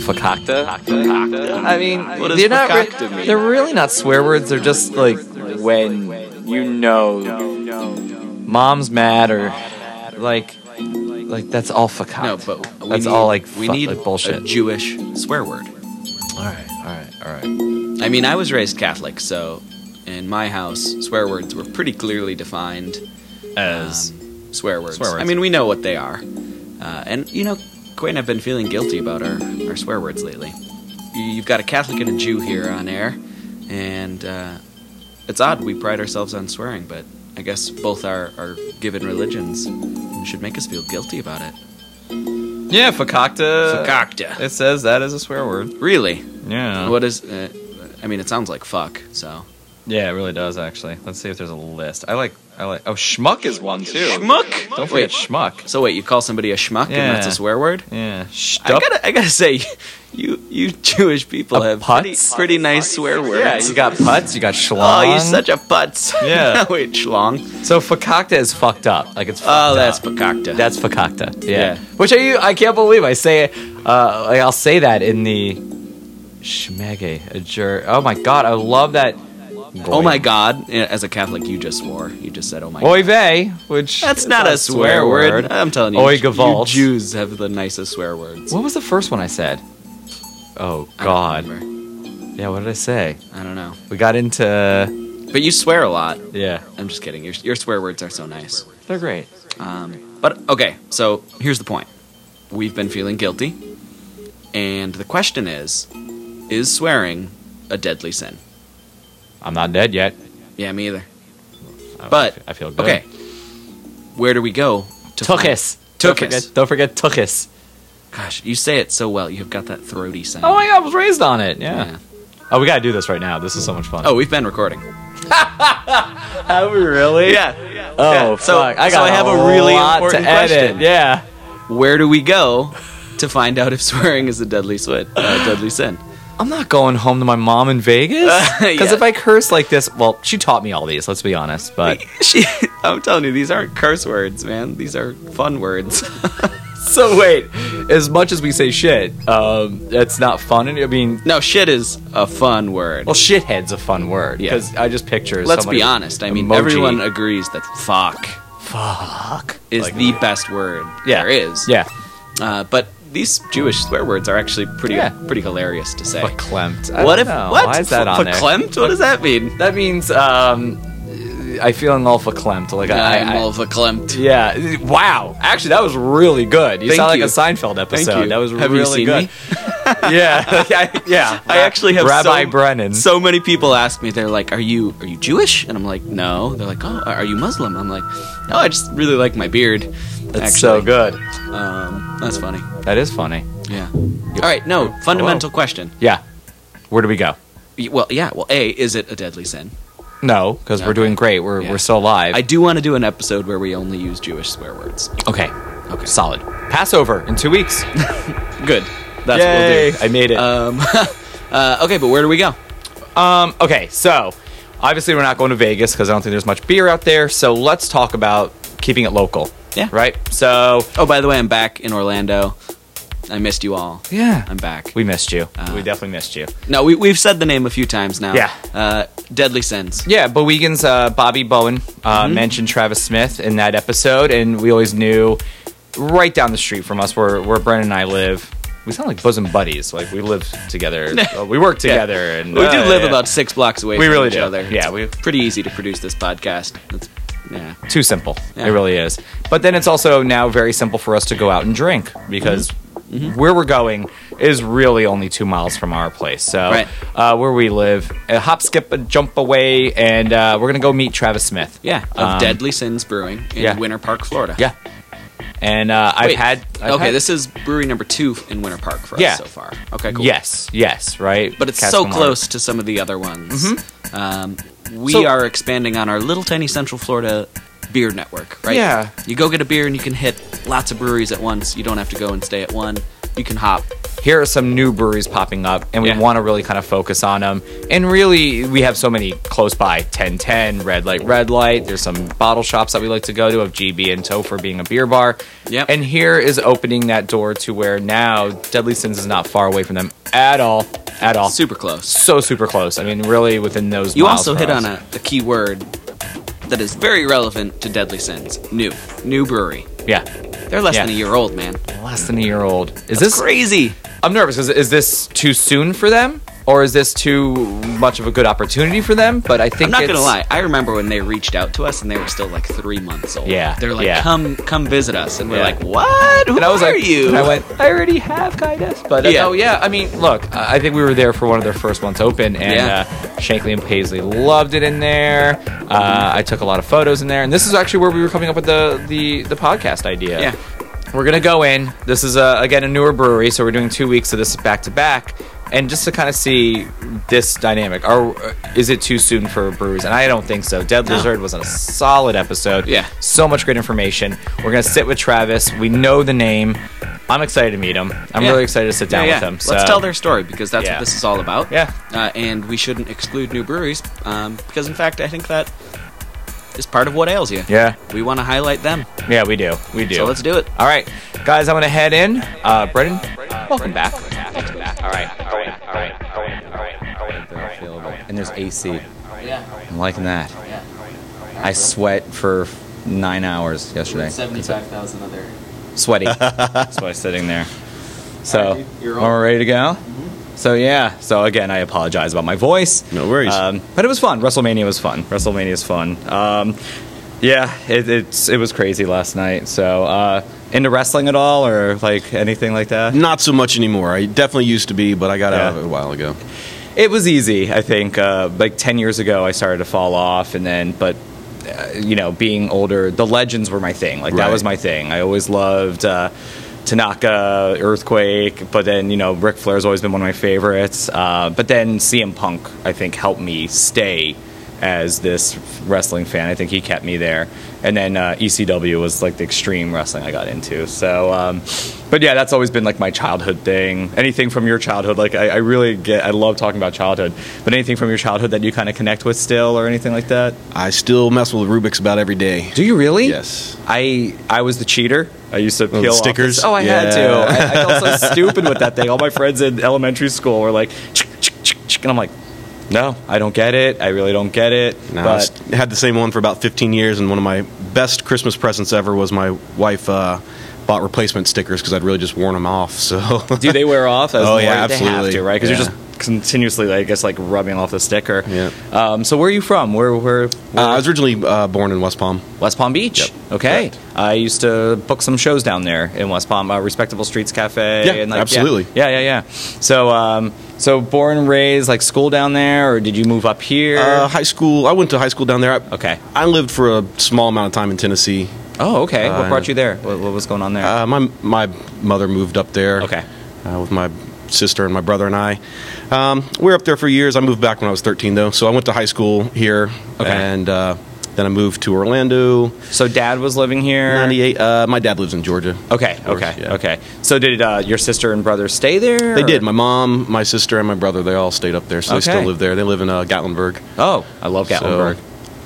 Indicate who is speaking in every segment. Speaker 1: fakakta.
Speaker 2: I mean,
Speaker 1: What does
Speaker 2: they're not. re-
Speaker 1: fakakta mean?
Speaker 2: They're really not swear words. They're just like
Speaker 1: When you know,
Speaker 2: mom's mad or like, like that's all fakakta.
Speaker 3: No, but we
Speaker 2: that's
Speaker 3: need,
Speaker 2: all like
Speaker 3: we
Speaker 2: fu-
Speaker 3: need
Speaker 2: like bullshit.
Speaker 3: a Jewish swear word.
Speaker 2: all right, all right, all right.
Speaker 3: I mean, I was raised Catholic, so in my house, swear words were pretty clearly defined
Speaker 4: As
Speaker 3: um, swear, words.
Speaker 4: swear words.
Speaker 3: I mean, we know what they are, uh, and you know, Quinn, I've been feeling guilty about our, our swear words lately. You- You've got a Catholic and a Jew here on air, and uh, it's odd. We pride ourselves on swearing, but I guess both our, our given religions should make us feel guilty about it.
Speaker 4: yeah,
Speaker 2: Uh,
Speaker 4: fakakta.
Speaker 3: Fakakta.
Speaker 4: It says that is a swear word.
Speaker 3: Really?
Speaker 4: Yeah.
Speaker 3: What is? Uh, I mean, it sounds like fuck. So
Speaker 4: Yeah, it really does actually. Let's see if there's a list. I like. I like. Oh, schmuck is one too.
Speaker 3: schmuck.
Speaker 4: Don't forget
Speaker 3: Wait.
Speaker 4: schmuck.
Speaker 3: So wait, you call somebody a schmuck, and that's
Speaker 4: Yeah.
Speaker 3: a swear word?
Speaker 4: Yeah.
Speaker 3: I gotta, I gotta say, you you Jewish people
Speaker 2: A
Speaker 3: have
Speaker 2: putz?
Speaker 3: pretty, pretty nice swear words.
Speaker 2: Yeah, you got putts. You got
Speaker 3: oh,
Speaker 2: schlong.
Speaker 3: you're such a putz.
Speaker 4: Yeah.
Speaker 3: Wait, schlong.
Speaker 2: so fakakta is fucked up. Like it's. Fucked
Speaker 3: Oh, that's
Speaker 2: up.
Speaker 3: pakakta.
Speaker 2: That's fakakta. Yeah.
Speaker 3: Yeah.
Speaker 2: Which are you? I can't believe I say. Uh, like, I'll say that in the shmege a jerk. Oh my god, I love that.
Speaker 3: oh my God. Yeah, As a Catholic, you just swore. You just said, oh my. God.
Speaker 2: Oy vey, which
Speaker 3: That's
Speaker 2: is
Speaker 3: not a swear word. I'm telling you,
Speaker 2: Oy
Speaker 3: you
Speaker 2: gewalt.
Speaker 3: Jews have the nicest swear words.
Speaker 2: What was the first one I said? Oh
Speaker 3: I don't
Speaker 2: god.
Speaker 3: remember.
Speaker 2: Yeah, what did I say?
Speaker 3: I don't know.
Speaker 2: We got into
Speaker 3: But you swear a lot.
Speaker 2: yeah.
Speaker 3: I'm just kidding. Your your swear words are so nice.
Speaker 2: They're great.
Speaker 3: Um, but okay, so here's the point. We've been feeling guilty, and the question is is swearing a deadly sin?
Speaker 2: I'm not dead yet.
Speaker 3: Yeah, me either.
Speaker 2: I-
Speaker 3: But-
Speaker 2: I feel good.
Speaker 3: Okay. Where do we go? To find-
Speaker 2: Tukis. Don't forget,
Speaker 3: Tukis.
Speaker 2: don't forget Tukis.
Speaker 3: Gosh, you say it so well. You've got that throaty sound.
Speaker 2: Oh my god, I was raised on it. Yeah.
Speaker 3: Yeah.
Speaker 2: Oh, we gotta do this right now. This is so much fun.
Speaker 3: Oh, we've been recording.
Speaker 2: have we really?
Speaker 3: Yeah.
Speaker 2: Oh,
Speaker 3: Yeah, so-
Speaker 2: fuck. I
Speaker 3: so
Speaker 2: got
Speaker 3: I have a
Speaker 2: a
Speaker 3: really
Speaker 2: lot to
Speaker 3: important
Speaker 2: edit.
Speaker 3: question.
Speaker 2: Yeah.
Speaker 3: Where do we go to find out if swearing is a deadly sweat, uh, deadly sin?
Speaker 2: I'm not going home to my mom in Vegas. Because
Speaker 3: yeah.
Speaker 2: if I curse like this, well, she taught me all these, let's be honest. But
Speaker 3: She, I'm telling you, these aren't curse words, man. These are fun words.
Speaker 2: so wait, as much as we say shit, um, that's not fun. And I mean,
Speaker 3: no, shit is a fun word.
Speaker 2: well, shithead's a fun word.
Speaker 3: Yeah.
Speaker 2: Because I just picture.
Speaker 3: Let's
Speaker 2: somebody-
Speaker 3: be honest. I mean,
Speaker 2: emoji.
Speaker 3: everyone agrees that fuck
Speaker 2: Fuck.
Speaker 3: is
Speaker 2: Like-
Speaker 3: the best word
Speaker 2: Yeah.
Speaker 3: there is.
Speaker 2: Yeah.
Speaker 3: Uh, but these Jewish swear words are actually pretty
Speaker 2: Yeah.
Speaker 3: pretty hilarious to say.
Speaker 2: But clempt. I
Speaker 3: What
Speaker 2: don't
Speaker 3: if
Speaker 2: know.
Speaker 3: what?
Speaker 2: Why is that on there?
Speaker 3: Verklempt? What does that mean?
Speaker 2: That means um, I feeling all verklempt. Like I,
Speaker 3: I'm
Speaker 2: I,
Speaker 3: all verklempt.
Speaker 2: yeah. Wow. Actually, that was really good. You
Speaker 3: Thank
Speaker 2: sound
Speaker 3: you.
Speaker 2: like a Seinfeld episode.
Speaker 3: Thank you.
Speaker 2: That was
Speaker 3: Have you
Speaker 2: really
Speaker 3: seen
Speaker 2: good.
Speaker 3: me?
Speaker 2: yeah. I, yeah.
Speaker 3: I actually have
Speaker 2: Rabbi
Speaker 3: so,
Speaker 2: Brennan.
Speaker 3: So many people ask me, they're like, "Are you are you Jewish?" And I'm like, "No." They're like, "Oh, are you Muslim?" I'm like, "No, I just really like my beard."
Speaker 2: That's so
Speaker 3: actually."
Speaker 2: good.
Speaker 3: Um, that's funny.
Speaker 2: That is funny.
Speaker 3: Yeah. All right. No fundamental question.
Speaker 2: Yeah. Where do we go?
Speaker 3: Y- Well, yeah. Well, a is it a deadly sin?
Speaker 2: No, because we're
Speaker 3: Okay.
Speaker 2: doing great. We're
Speaker 3: Yeah.
Speaker 2: we're still alive.
Speaker 3: I do want to do an episode where we only use Jewish swear words.
Speaker 2: okay.
Speaker 3: Okay.
Speaker 2: Solid. Passover in two weeks.
Speaker 3: Good. That's
Speaker 2: Yay. I made it.
Speaker 3: what we'll do. Um, uh, okay, but where do we go?
Speaker 2: Um, okay, so obviously we're not going to Vegas because I don't think there's much beer out there. So let's talk about keeping it local.
Speaker 3: Yeah.
Speaker 2: Right. So
Speaker 3: Oh, by the way, I'm back in Orlando. I missed you all.
Speaker 2: Yeah. Uh-huh.
Speaker 3: I'm back.
Speaker 2: um, we missed you.
Speaker 3: Uh,
Speaker 2: we definitely missed you.
Speaker 3: no, we, we've said the name a few times now.
Speaker 2: Yeah.
Speaker 3: Uh, Deadly Sins.
Speaker 2: Yeah, Bowegan's uh, Bobby Bowen uh, mentioned Travis Smith in that episode, and we always knew right down the street from us where where Brennan and I live. We sound like bosom buddies. Like we live together. uh, we work together, and
Speaker 3: We do
Speaker 2: uh,
Speaker 3: live
Speaker 2: yeah.
Speaker 3: about six blocks away
Speaker 2: We
Speaker 3: from
Speaker 2: really
Speaker 3: each
Speaker 2: do.
Speaker 3: other.
Speaker 2: Yeah, we-
Speaker 3: It's pretty easy to produce this podcast. It's, yeah.
Speaker 2: too simple.
Speaker 3: Yeah.
Speaker 2: It really is. But then it's also now very simple for us to go out and drink because
Speaker 3: Mm-hmm.
Speaker 2: where we're going is really only two miles from our place. So
Speaker 3: Right.
Speaker 2: uh, where we live, a hop, skip, a jump away, and uh, we're gonna go meet Travis Smith.
Speaker 3: Yeah. Of
Speaker 2: Um,
Speaker 3: Deadly Sins Brewing in
Speaker 2: yeah.
Speaker 3: Winter Park, Florida.
Speaker 2: Yeah. And uh, I've
Speaker 3: Wait,
Speaker 2: had. I've
Speaker 3: okay,
Speaker 2: had-
Speaker 3: this is brewery number two in Winter Park for
Speaker 2: Yeah.
Speaker 3: us so far. Okay, cool.
Speaker 2: Yes. Yes. Right.
Speaker 3: but it's
Speaker 2: Cask
Speaker 3: so
Speaker 2: and water.
Speaker 3: close to some of the other ones.
Speaker 5: Mm-hmm.
Speaker 3: Um, we
Speaker 2: So-
Speaker 3: are expanding on our little tiny Central Florida beer network, right?
Speaker 2: Yeah.
Speaker 3: You go get a beer and you can hit lots of breweries at once. You don't have to go and stay at one. You can hop
Speaker 5: here are some new breweries popping up, and we
Speaker 2: Yeah.
Speaker 5: want to really kind of focus on them. And really, we have so many close by 1010, Red Light, Red Light. There's some bottle shops that we like to go to, of GB and Topher being a beer bar.
Speaker 3: Yep.
Speaker 5: And here is opening that door to where now Deadly Sins is not far away from them at all. At all.
Speaker 3: Super close.
Speaker 5: So super close. I mean, really within those.
Speaker 3: You
Speaker 5: miles
Speaker 3: also
Speaker 5: for
Speaker 3: hit
Speaker 5: us.
Speaker 3: on a, a key word that is very relevant to Deadly Sins. New. New brewery.
Speaker 5: yeah.
Speaker 3: They're less
Speaker 5: Yeah.
Speaker 3: than a year old, man.
Speaker 5: less than a year old. Is this?
Speaker 3: Crazy.
Speaker 5: I'm nervous. Is, is this too soon for them, or is this too much of a good opportunity for them? But I think
Speaker 3: I'm not
Speaker 5: it's,
Speaker 3: gonna lie. I remember when they reached out to us and they were still like three months old.
Speaker 5: Yeah,
Speaker 3: they're like,
Speaker 5: yeah.
Speaker 3: "Come, come visit us," and we're
Speaker 5: Yeah.
Speaker 3: like, "What? Who
Speaker 5: And I was
Speaker 3: are
Speaker 5: like,
Speaker 3: you?"
Speaker 5: And I went, I already have kind of, but
Speaker 3: Yeah.
Speaker 5: yeah. oh yeah. I mean, look, I I think we were there for one of their first ones open, and
Speaker 3: Yeah.
Speaker 5: uh, Shankly and Paisley loved it in there. Uh, I took a lot of photos in there, and this is actually where we were coming up with the the, the podcast idea.
Speaker 3: Yeah.
Speaker 5: We're gonna go in. This is a, again a newer brewery, so we're doing two weeks of this back to back, and just to kind of see this dynamic. Are is it too soon for breweries? And I don't think so. Dead
Speaker 3: No.
Speaker 5: Lizard was a solid episode.
Speaker 3: Yeah.
Speaker 5: so much great information. We're gonna sit with Travis. We know the name. I'm excited to meet him. I'm
Speaker 3: Yeah.
Speaker 5: really excited to sit down
Speaker 3: Yeah,
Speaker 5: with
Speaker 3: yeah.
Speaker 5: him.
Speaker 3: Let's
Speaker 5: so-
Speaker 3: tell their story because that's
Speaker 5: Yeah.
Speaker 3: what this is all about.
Speaker 5: Yeah.
Speaker 3: uh, and we shouldn't exclude new breweries um, because, in fact, I think that is part of what ails you.
Speaker 5: Yeah,
Speaker 3: We want to highlight them,
Speaker 5: yeah, we do, we do.
Speaker 3: so let's do it.
Speaker 5: All right, guys, I'm gonna head in. Uh, Brendan, welcome back. Welcome back. All right, all right, all right, all right, all right, all right.
Speaker 2: And there's AC.
Speaker 3: Yeah,
Speaker 2: I'm liking that.
Speaker 3: yeah.
Speaker 2: I sweat for nine hours yesterday.
Speaker 3: Seventy-five thousand other.
Speaker 2: Sweaty. That's why I'm sitting there.
Speaker 3: All
Speaker 2: So,
Speaker 3: right,
Speaker 2: we
Speaker 3: you're Mm-hmm.
Speaker 2: are ready to go? So, yeah. So, again, I apologize about my voice.
Speaker 6: No worries.
Speaker 2: Um, but it was fun. WrestleMania was fun. WrestleMania is fun. Um, yeah, it, it's, it was crazy last night. So, uh, into wrestling at all or like anything like that?
Speaker 6: Not so much anymore. I definitely used to be, but I got out
Speaker 2: Yeah.
Speaker 6: of it a while ago.
Speaker 2: it was easy i think uh, like 10 years ago i started to fall off and then but uh, you know being older the legends were my thing like that
Speaker 6: Right.
Speaker 2: was my thing i always loved uh, Tanaka, Earthquake, but then you know Ric Flair's always been one of my favorites. Uh, but then CM Punk, I think, helped me stay as this wrestling fan. I think he kept me there. And then uh, ECW was like the extreme wrestling I got into. So, um, but yeah, that's always been like my childhood thing. Anything from your childhood, like I, I really get, I love talking about childhood. But anything from your childhood that you kind of connect with still, or anything like that?
Speaker 6: I still mess with Rubik's about every day.
Speaker 2: Do you really?
Speaker 6: Yes.
Speaker 2: I I was the cheater. I used to peel off
Speaker 6: stickers?
Speaker 2: this- Oh, I had to.
Speaker 6: Yeah.
Speaker 2: I, I felt so stupid with that thing. All my friends in elementary school were like, "Chick, chick, chick, chick," and I'm like, no, I don't get it. I really don't get it.
Speaker 6: No, I
Speaker 2: but
Speaker 6: s- had the same one for about 15 years, and one of my best Christmas presents ever was my wife uh, bought replacement stickers because I'd really just worn them off. So
Speaker 2: do they wear off? That's
Speaker 6: Oh,
Speaker 2: the
Speaker 6: yeah,
Speaker 2: word. They have
Speaker 6: absolutely.
Speaker 2: to, right? Because
Speaker 6: Yeah.
Speaker 2: you're just continuously, I guess, like rubbing off the sticker.
Speaker 6: Yeah.
Speaker 2: Um, so where are you from? Where where?
Speaker 6: uh, I was originally uh, born in West Palm.
Speaker 2: West Palm Beach.
Speaker 6: Yep.
Speaker 2: Okay.
Speaker 6: Correct.
Speaker 2: I used to book some shows down there in West Palm, uh, Respectable Streets Cafe.
Speaker 6: Yeah,
Speaker 2: and like,
Speaker 6: absolutely.
Speaker 2: Yeah, yeah, yeah. yeah. So, um, so born and raised, like school down there, or did you move up here?
Speaker 6: Uh, high school. I went to high school down there. I,
Speaker 2: Okay.
Speaker 6: I lived for a small amount of time in Tennessee.
Speaker 2: oh, okay. what
Speaker 6: uh,
Speaker 2: brought you there? What, what was going on there?
Speaker 6: Uh, my my mother moved up there.
Speaker 2: Okay.
Speaker 6: Uh, with my sister and my brother and I, um, we were up there for years. I moved back when I was 13 though, so I went to high school here,
Speaker 2: Okay.
Speaker 6: and uh, then I moved to Orlando.
Speaker 2: so, dad was living here.
Speaker 6: 98. Uh, my dad lives in Georgia.
Speaker 2: Okay.
Speaker 6: course,
Speaker 2: Okay.
Speaker 6: yeah.
Speaker 2: Okay. So, did uh, your sister and brother stay there?
Speaker 6: They
Speaker 2: or-
Speaker 6: did. My mom, my sister, and my brother. They all stayed up there, so they
Speaker 2: Okay.
Speaker 6: still live there. They live in uh, Gatlinburg.
Speaker 2: oh, I love
Speaker 6: So,
Speaker 2: Gatlinburg,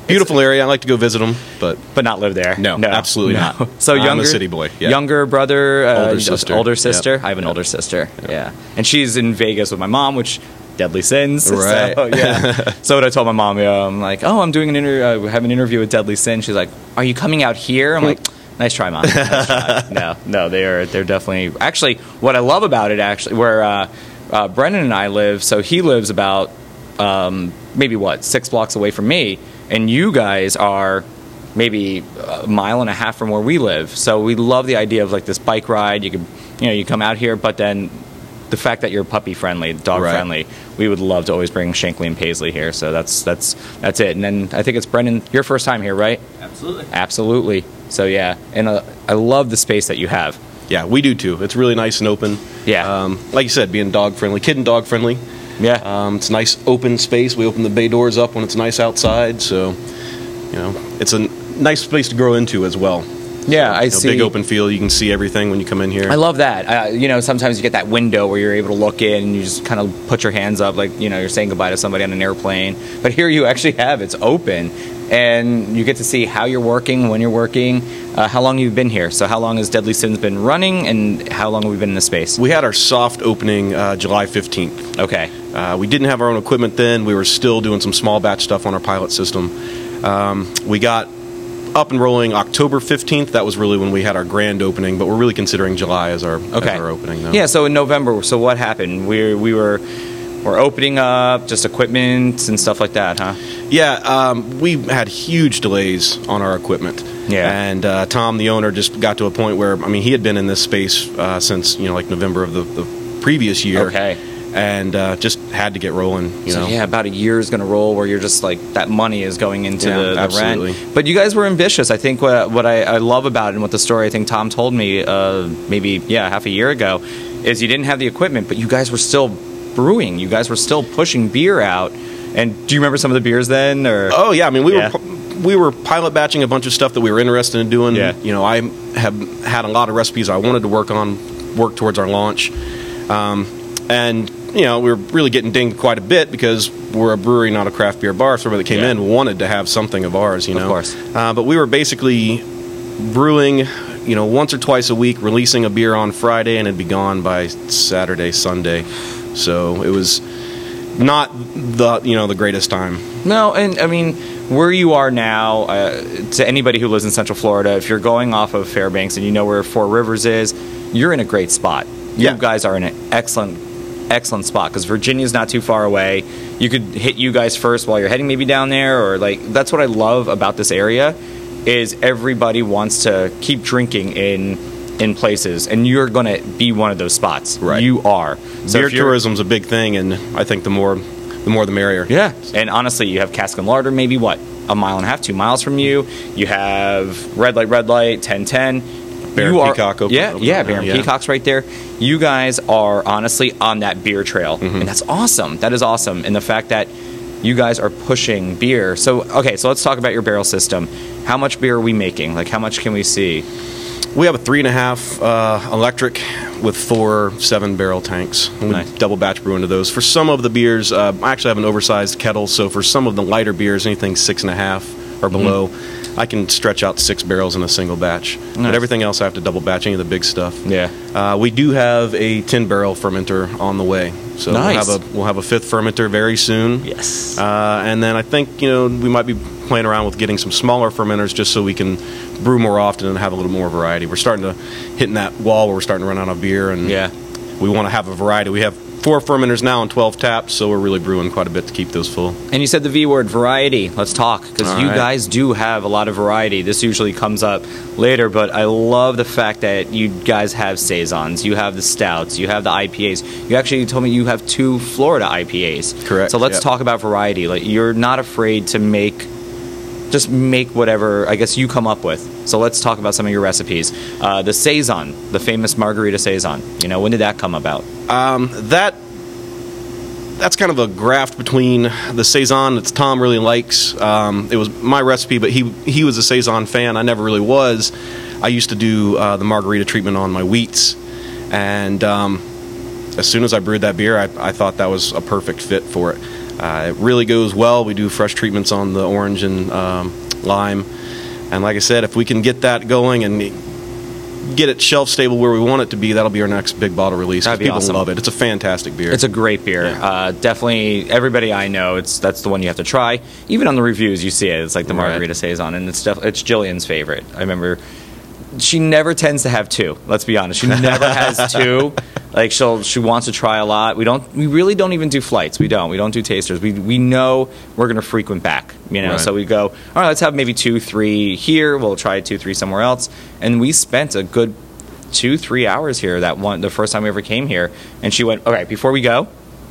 Speaker 6: beautiful area. I like to go visit them, but
Speaker 2: but not live there.
Speaker 6: No, absolutely
Speaker 2: no.
Speaker 6: not.
Speaker 2: So,
Speaker 6: I'm a
Speaker 2: younger
Speaker 6: city boy, yeah.
Speaker 2: Younger brother, uh,
Speaker 6: Older
Speaker 2: just
Speaker 6: sister.
Speaker 2: Older
Speaker 6: Yep.
Speaker 2: sister. I have an older sister. Yeah, and she's in Vegas with my mom, which Deadly Sins.
Speaker 6: Right.
Speaker 2: So, yeah. so when I told my mom, yeah, I'm like, oh, I'm doing an interview. I have an interview with Deadly Sin. She's like, are you coming out here? I'm like. Nice try, mom. Nice try. no, no, they are. They're definitely. Actually, what I love about it, actually, where uh, uh, Brennan and I live, so he lives about um, maybe what six blocks away from me, and you guys are maybe a mile and a half from where we live. So we love the idea of like this bike ride. You could, you know, you come out here, but then the fact that you're puppy friendly, dog
Speaker 6: Right.
Speaker 2: friendly, we would love to always bring Shankly and Paisley here. So that's that's that's it. And then I think it's Brendan, your first time here, right?
Speaker 3: absolutely.
Speaker 2: Absolutely. So yeah, and uh, I love the space that you have.
Speaker 6: yeah, we do too. It's really nice and open.
Speaker 2: Yeah.
Speaker 6: Um, like you said, being dog friendly, kid and dog friendly.
Speaker 2: Yeah.
Speaker 6: Um, it's a nice open space. We open the bay doors up when it's nice outside, so you know it's a n- nice space to grow into as well.
Speaker 2: Yeah, I
Speaker 6: You know,
Speaker 2: see.
Speaker 6: Big open field. You can see everything when you come in here.
Speaker 2: I love that. Uh, you know, sometimes you get that window where you're able to look in and you just kind of put your hands up, like you know, you're saying goodbye to somebody on an airplane. But here you actually have it's open, and you get to see how you're working, when you're working, uh, how long you've been here. So how long has Deadly Sins been running, and how long have we been in the space?
Speaker 6: we had our soft opening uh, July 15th.
Speaker 2: Okay.
Speaker 6: Uh, we didn't have our own equipment then. We were still doing some small batch stuff on our pilot system. Um, we got up and rolling October 15th. That was really when we had our grand opening, but we're really considering July as our,
Speaker 2: Okay.
Speaker 6: as our opening. Though.
Speaker 2: Yeah. So in November. So what happened? We we were. We're opening up just equipment and stuff like that, huh?
Speaker 6: Yeah, um, we had huge delays on our equipment.
Speaker 2: Yeah.
Speaker 6: And uh, Tom, the owner, just got to a point where, I mean, he had been in this space uh, since, you know, like November of the, the previous year.
Speaker 2: Okay.
Speaker 6: And uh, just had to get rolling, you
Speaker 2: so
Speaker 6: know.
Speaker 2: yeah, about a year is going to roll where you're just like that money is going into
Speaker 6: Yeah,
Speaker 2: the, the
Speaker 6: absolutely.
Speaker 2: rent. But you guys were ambitious. I think what what I, I love about it and what the story I think Tom told me uh, maybe yeah half a year ago is you didn't have the equipment, but you guys were still brewing. You guys were still pushing beer out. And do you remember some of the beers then? Or
Speaker 6: Oh yeah, I mean we
Speaker 2: Yeah.
Speaker 6: were we were pilot batching a bunch of stuff that we were interested in doing.
Speaker 2: Yeah.
Speaker 6: You know, I have had a lot of recipes I wanted to work on, work towards our launch, um, and you know we were really getting dinged quite a bit because we're a brewery, not a craft beer bar. So everybody that came
Speaker 2: Yeah.
Speaker 6: in wanted to have something of ours. You know,
Speaker 2: course.
Speaker 6: Uh, but we were basically brewing. You know, once or twice a week, releasing a beer on Friday, and it'd be gone by Saturday, Sunday. So it was not the you know the greatest time.
Speaker 2: No, and I mean, where you are now, uh, to anybody who lives in Central Florida, if you're going off of Fairbanks and you know where Four Rivers is, you're in a great spot.
Speaker 6: Yeah.
Speaker 2: You guys are in an excellent, excellent spot because Virginia's not too far away. You could hit you guys first while you're heading maybe down there, or like that's what I love about this area is everybody wants to keep drinking in in places, and you're going to be one of those spots.
Speaker 6: Right.
Speaker 2: You are. So
Speaker 6: beer
Speaker 2: if you're-
Speaker 6: tourism's a big thing, and I think the more, the more the merrier.
Speaker 2: Yeah. And honestly, you have Cask and Larder, maybe what? A mile and a half, two miles from you. You have Red Light, Red Light, 1010.
Speaker 6: Bear and
Speaker 2: you are,
Speaker 6: Peacock open-
Speaker 2: yeah,
Speaker 6: open
Speaker 2: yeah,
Speaker 6: right
Speaker 2: Bear
Speaker 6: now,
Speaker 2: and
Speaker 6: yeah.
Speaker 2: Peacock's right there. You guys are honestly on that beer trail,
Speaker 6: Mm-hmm.
Speaker 2: and that's awesome. That is awesome, and the fact that you guys are pushing beer. So, okay, so let's talk about your barrel system. How much beer are we making? Like, how much can we see?
Speaker 6: We have a three and a half uh, electric with four seven barrel tanks. And we
Speaker 2: Nice.
Speaker 6: double batch brew into those. For some of the beers, uh, I actually have an oversized kettle, so for some of the lighter beers, anything six and a half or
Speaker 2: Mm-hmm.
Speaker 6: below, I can stretch out six barrels in a single batch.
Speaker 2: Nice.
Speaker 6: But everything else, I have to double batch any of the big stuff.
Speaker 2: Yeah.
Speaker 6: Uh, we do have a ten barrel fermenter on the way, so
Speaker 2: Nice.
Speaker 6: we'll have a we'll have a fifth fermenter very soon.
Speaker 2: Yes.
Speaker 6: Uh, and then I think you know we might be playing around with getting some smaller fermenters just so we can brew more often and have a little more variety. We're starting to hitting that wall where we're starting to run out of beer, and
Speaker 2: Yeah.
Speaker 6: we want to have a variety. We have four fermenters now and twelve taps, so we're really brewing quite a bit to keep those full.
Speaker 2: And you said the V word, variety. Let's talk because
Speaker 6: All
Speaker 2: you
Speaker 6: right.
Speaker 2: guys do have a lot of variety. This usually comes up later, but I love the fact that you guys have saisons, you have the stouts, you have the IPAs. You actually told me you have two Florida IPAs.
Speaker 6: Correct,
Speaker 2: So let's
Speaker 6: yep.
Speaker 2: talk about variety. Like you're not afraid to make just make whatever I guess you come up with. So let's talk about some of your recipes. Uh, the saison, the famous margarita saison. You know, when did that come about?
Speaker 6: Um, that that's kind of a graft between the saison that Tom really likes. Um, it was my recipe, but he he was a saison fan. I never really was. I used to do uh, the margarita treatment on my wheats, and um, as soon as I brewed that beer, I, I thought that was a perfect fit for it. Uh, it really goes well. We do fresh treatments on the orange and um, lime, and like I said, if we can get that going and get it shelf stable where we want it to be, that'll be our next big bottle release. 'cause
Speaker 2: That'd be
Speaker 6: people
Speaker 2: awesome.
Speaker 6: love it. It's a fantastic beer.
Speaker 2: It's a great beer. Uh, definitely, everybody I know, it's that's the one you have to try. Even on the reviews, you see it. It's like the
Speaker 6: Right.
Speaker 2: margarita saison, and it's def- it's Jillian's favorite. I remember she never tends to have two. Let's be honest, she never has two. Like she'll she wants to try a lot. We don't. We really don't even do flights. We don't. We don't do tasters. We we know we're going to frequent back. You know,
Speaker 6: Right.
Speaker 2: so we go. All right, let's have maybe two, three here. We'll try two, three somewhere else. And we spent a good two, three hours here. That one, the first time we ever came here, and she went, "All right, before we go."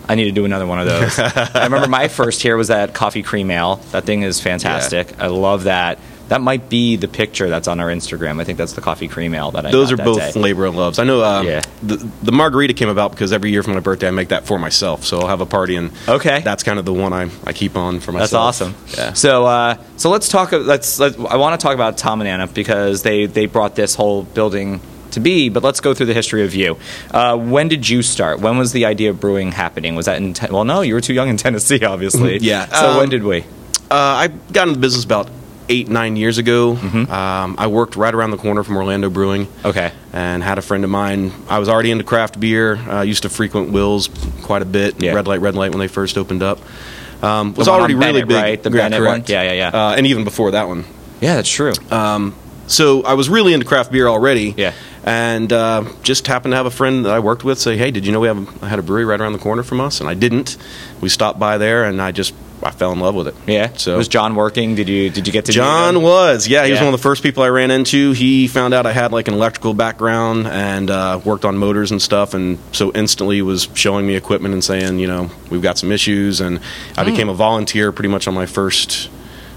Speaker 2: I need to do another one of those. I remember my first here was that coffee cream ale. That thing is fantastic. I love that. That might be the picture that's on our Instagram. I think that's the coffee cream ale that I
Speaker 6: Those
Speaker 2: got
Speaker 6: are
Speaker 2: that
Speaker 6: both
Speaker 2: day.
Speaker 6: labor of loves. I know uh,
Speaker 2: Yeah.
Speaker 6: the, the margarita came about because every year for my birthday I make that for myself. So I'll have a party and
Speaker 2: Okay.
Speaker 6: that's kind of the one I, I keep on for myself.
Speaker 2: That's awesome.
Speaker 6: Yeah.
Speaker 2: So uh, so let's talk. Let's. Let, I want to talk about Tom and Anna because they they brought this whole building to be. But let's go through the history of you. Uh, when did you start? When was the idea of brewing happening? Was that in? Ten- well, no, you were too young in Tennessee, obviously.
Speaker 6: Yeah.
Speaker 2: So
Speaker 6: Um,
Speaker 2: when did we?
Speaker 6: Uh, I got into the business about eight, nine years ago.
Speaker 2: Mm-hmm.
Speaker 6: Um, I worked right around the corner from Orlando Brewing.
Speaker 2: Okay.
Speaker 6: And had a friend of mine. I was already into craft beer. I used to frequent Will's quite a bit.
Speaker 2: Yeah.
Speaker 6: Red Light, Red Light when they first opened up. Um, was
Speaker 2: one on
Speaker 6: already really
Speaker 2: Bennett,
Speaker 6: big.
Speaker 2: right? The
Speaker 6: Yeah,
Speaker 2: Bennett one?
Speaker 6: correct.
Speaker 2: Yeah, yeah, yeah.
Speaker 6: Uh, and even before that one.
Speaker 2: Yeah, that's true.
Speaker 6: uh, so I was really into craft beer already.
Speaker 2: Yeah.
Speaker 6: And uh, just happened to have a friend that I worked with say, "Hey, did you know we have I had a brewery right around the corner from us?" And I didn't. We stopped by there, and I just I fell in love with it.
Speaker 2: yeah.
Speaker 6: So
Speaker 2: was John working? Did you did you get to meet
Speaker 6: John
Speaker 2: him?
Speaker 6: was, yeah, he was
Speaker 2: Yeah.
Speaker 6: one of the first people I ran into. He found out I had like an electrical background and uh, worked on motors and stuff, and so instantly was showing me equipment and saying, you know, we've got some issues. And I
Speaker 2: Hmm.
Speaker 6: became a volunteer pretty much on my first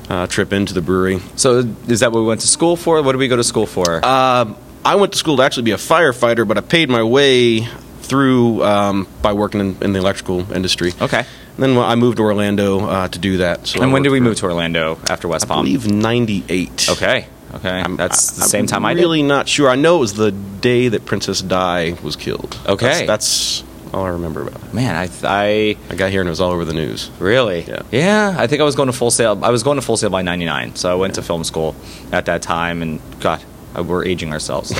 Speaker 6: uh, trip into the brewery.
Speaker 2: So is that what we went to school for? What did we go to school for?
Speaker 6: Uh, I went to school to actually be a firefighter, but I paid my way through um, by working in, in the electrical industry.
Speaker 2: okay.
Speaker 6: And then I moved to Orlando uh, to do that. So
Speaker 2: And when did we move
Speaker 6: To
Speaker 2: to Orlando after West
Speaker 6: I
Speaker 2: Palm?
Speaker 6: believe '98.
Speaker 2: Okay. Okay. That's the same time I did.
Speaker 6: Really not sure. I know it was the day that Princess Di was killed.
Speaker 2: Okay.
Speaker 6: that's, that's all I remember about it.
Speaker 2: Man, I, I
Speaker 6: I got here and it was all over the news.
Speaker 2: really,
Speaker 6: Yeah.
Speaker 2: I think I was going to full sale. I was going to full sale by '99, so I went to film school at that time. And God, uh, we're aging ourselves.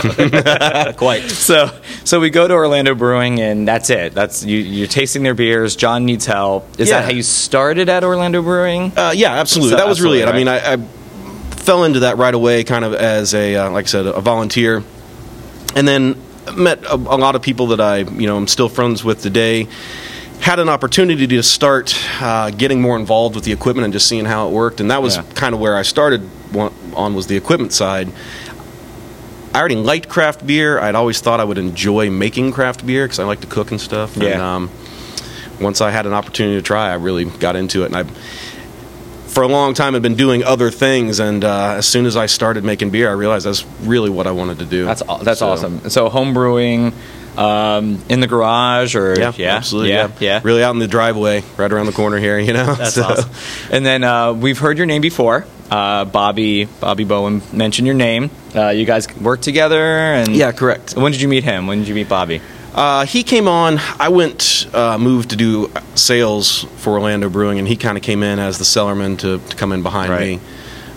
Speaker 6: Quite.
Speaker 2: so, so we go to Orlando Brewing, and that's it. That's you, you're tasting their beers. John needs help. Is
Speaker 6: Yeah.
Speaker 2: that how you started at Orlando Brewing?
Speaker 6: Uh, yeah, absolutely.
Speaker 2: So-
Speaker 6: that was really it. I
Speaker 2: absolutely,
Speaker 6: mean, I, I fell into that right away, kind of as a, uh, like I said, a volunteer, and then met a, a lot of people that I, you know, I'm still friends with today. Had an opportunity to start uh, getting more involved with the equipment and just seeing how it worked, and that was
Speaker 2: Yeah.
Speaker 6: kind of where I started wa- on was the equipment side. I already liked craft beer. I'd always thought I would enjoy making craft beer because I like to cook and stuff. And,
Speaker 2: Yeah.
Speaker 6: um, once I had an opportunity to try, I really got into it, and I for a long time had been doing other things. And uh, as soon as I started making beer, I realized that's really what I wanted to do.
Speaker 2: That's aw- that's
Speaker 6: So-
Speaker 2: awesome. So home brewing um, in the garage, or
Speaker 6: Yeah, absolutely.
Speaker 2: yeah, yeah.
Speaker 6: really out in the driveway, right around the corner here. You know,
Speaker 2: That's awesome. And then uh, we've heard your name before. Uh, Bobby Bobby Bowen mentioned your name. Uh, you guys worked together, and
Speaker 6: Yeah, correct.
Speaker 2: When did you meet him? When did you meet Bobby?
Speaker 6: Uh, he came on. I went uh, moved to do sales for Orlando Brewing, and he kind of came in as the cellarman to, to come in behind
Speaker 2: Right.
Speaker 6: me,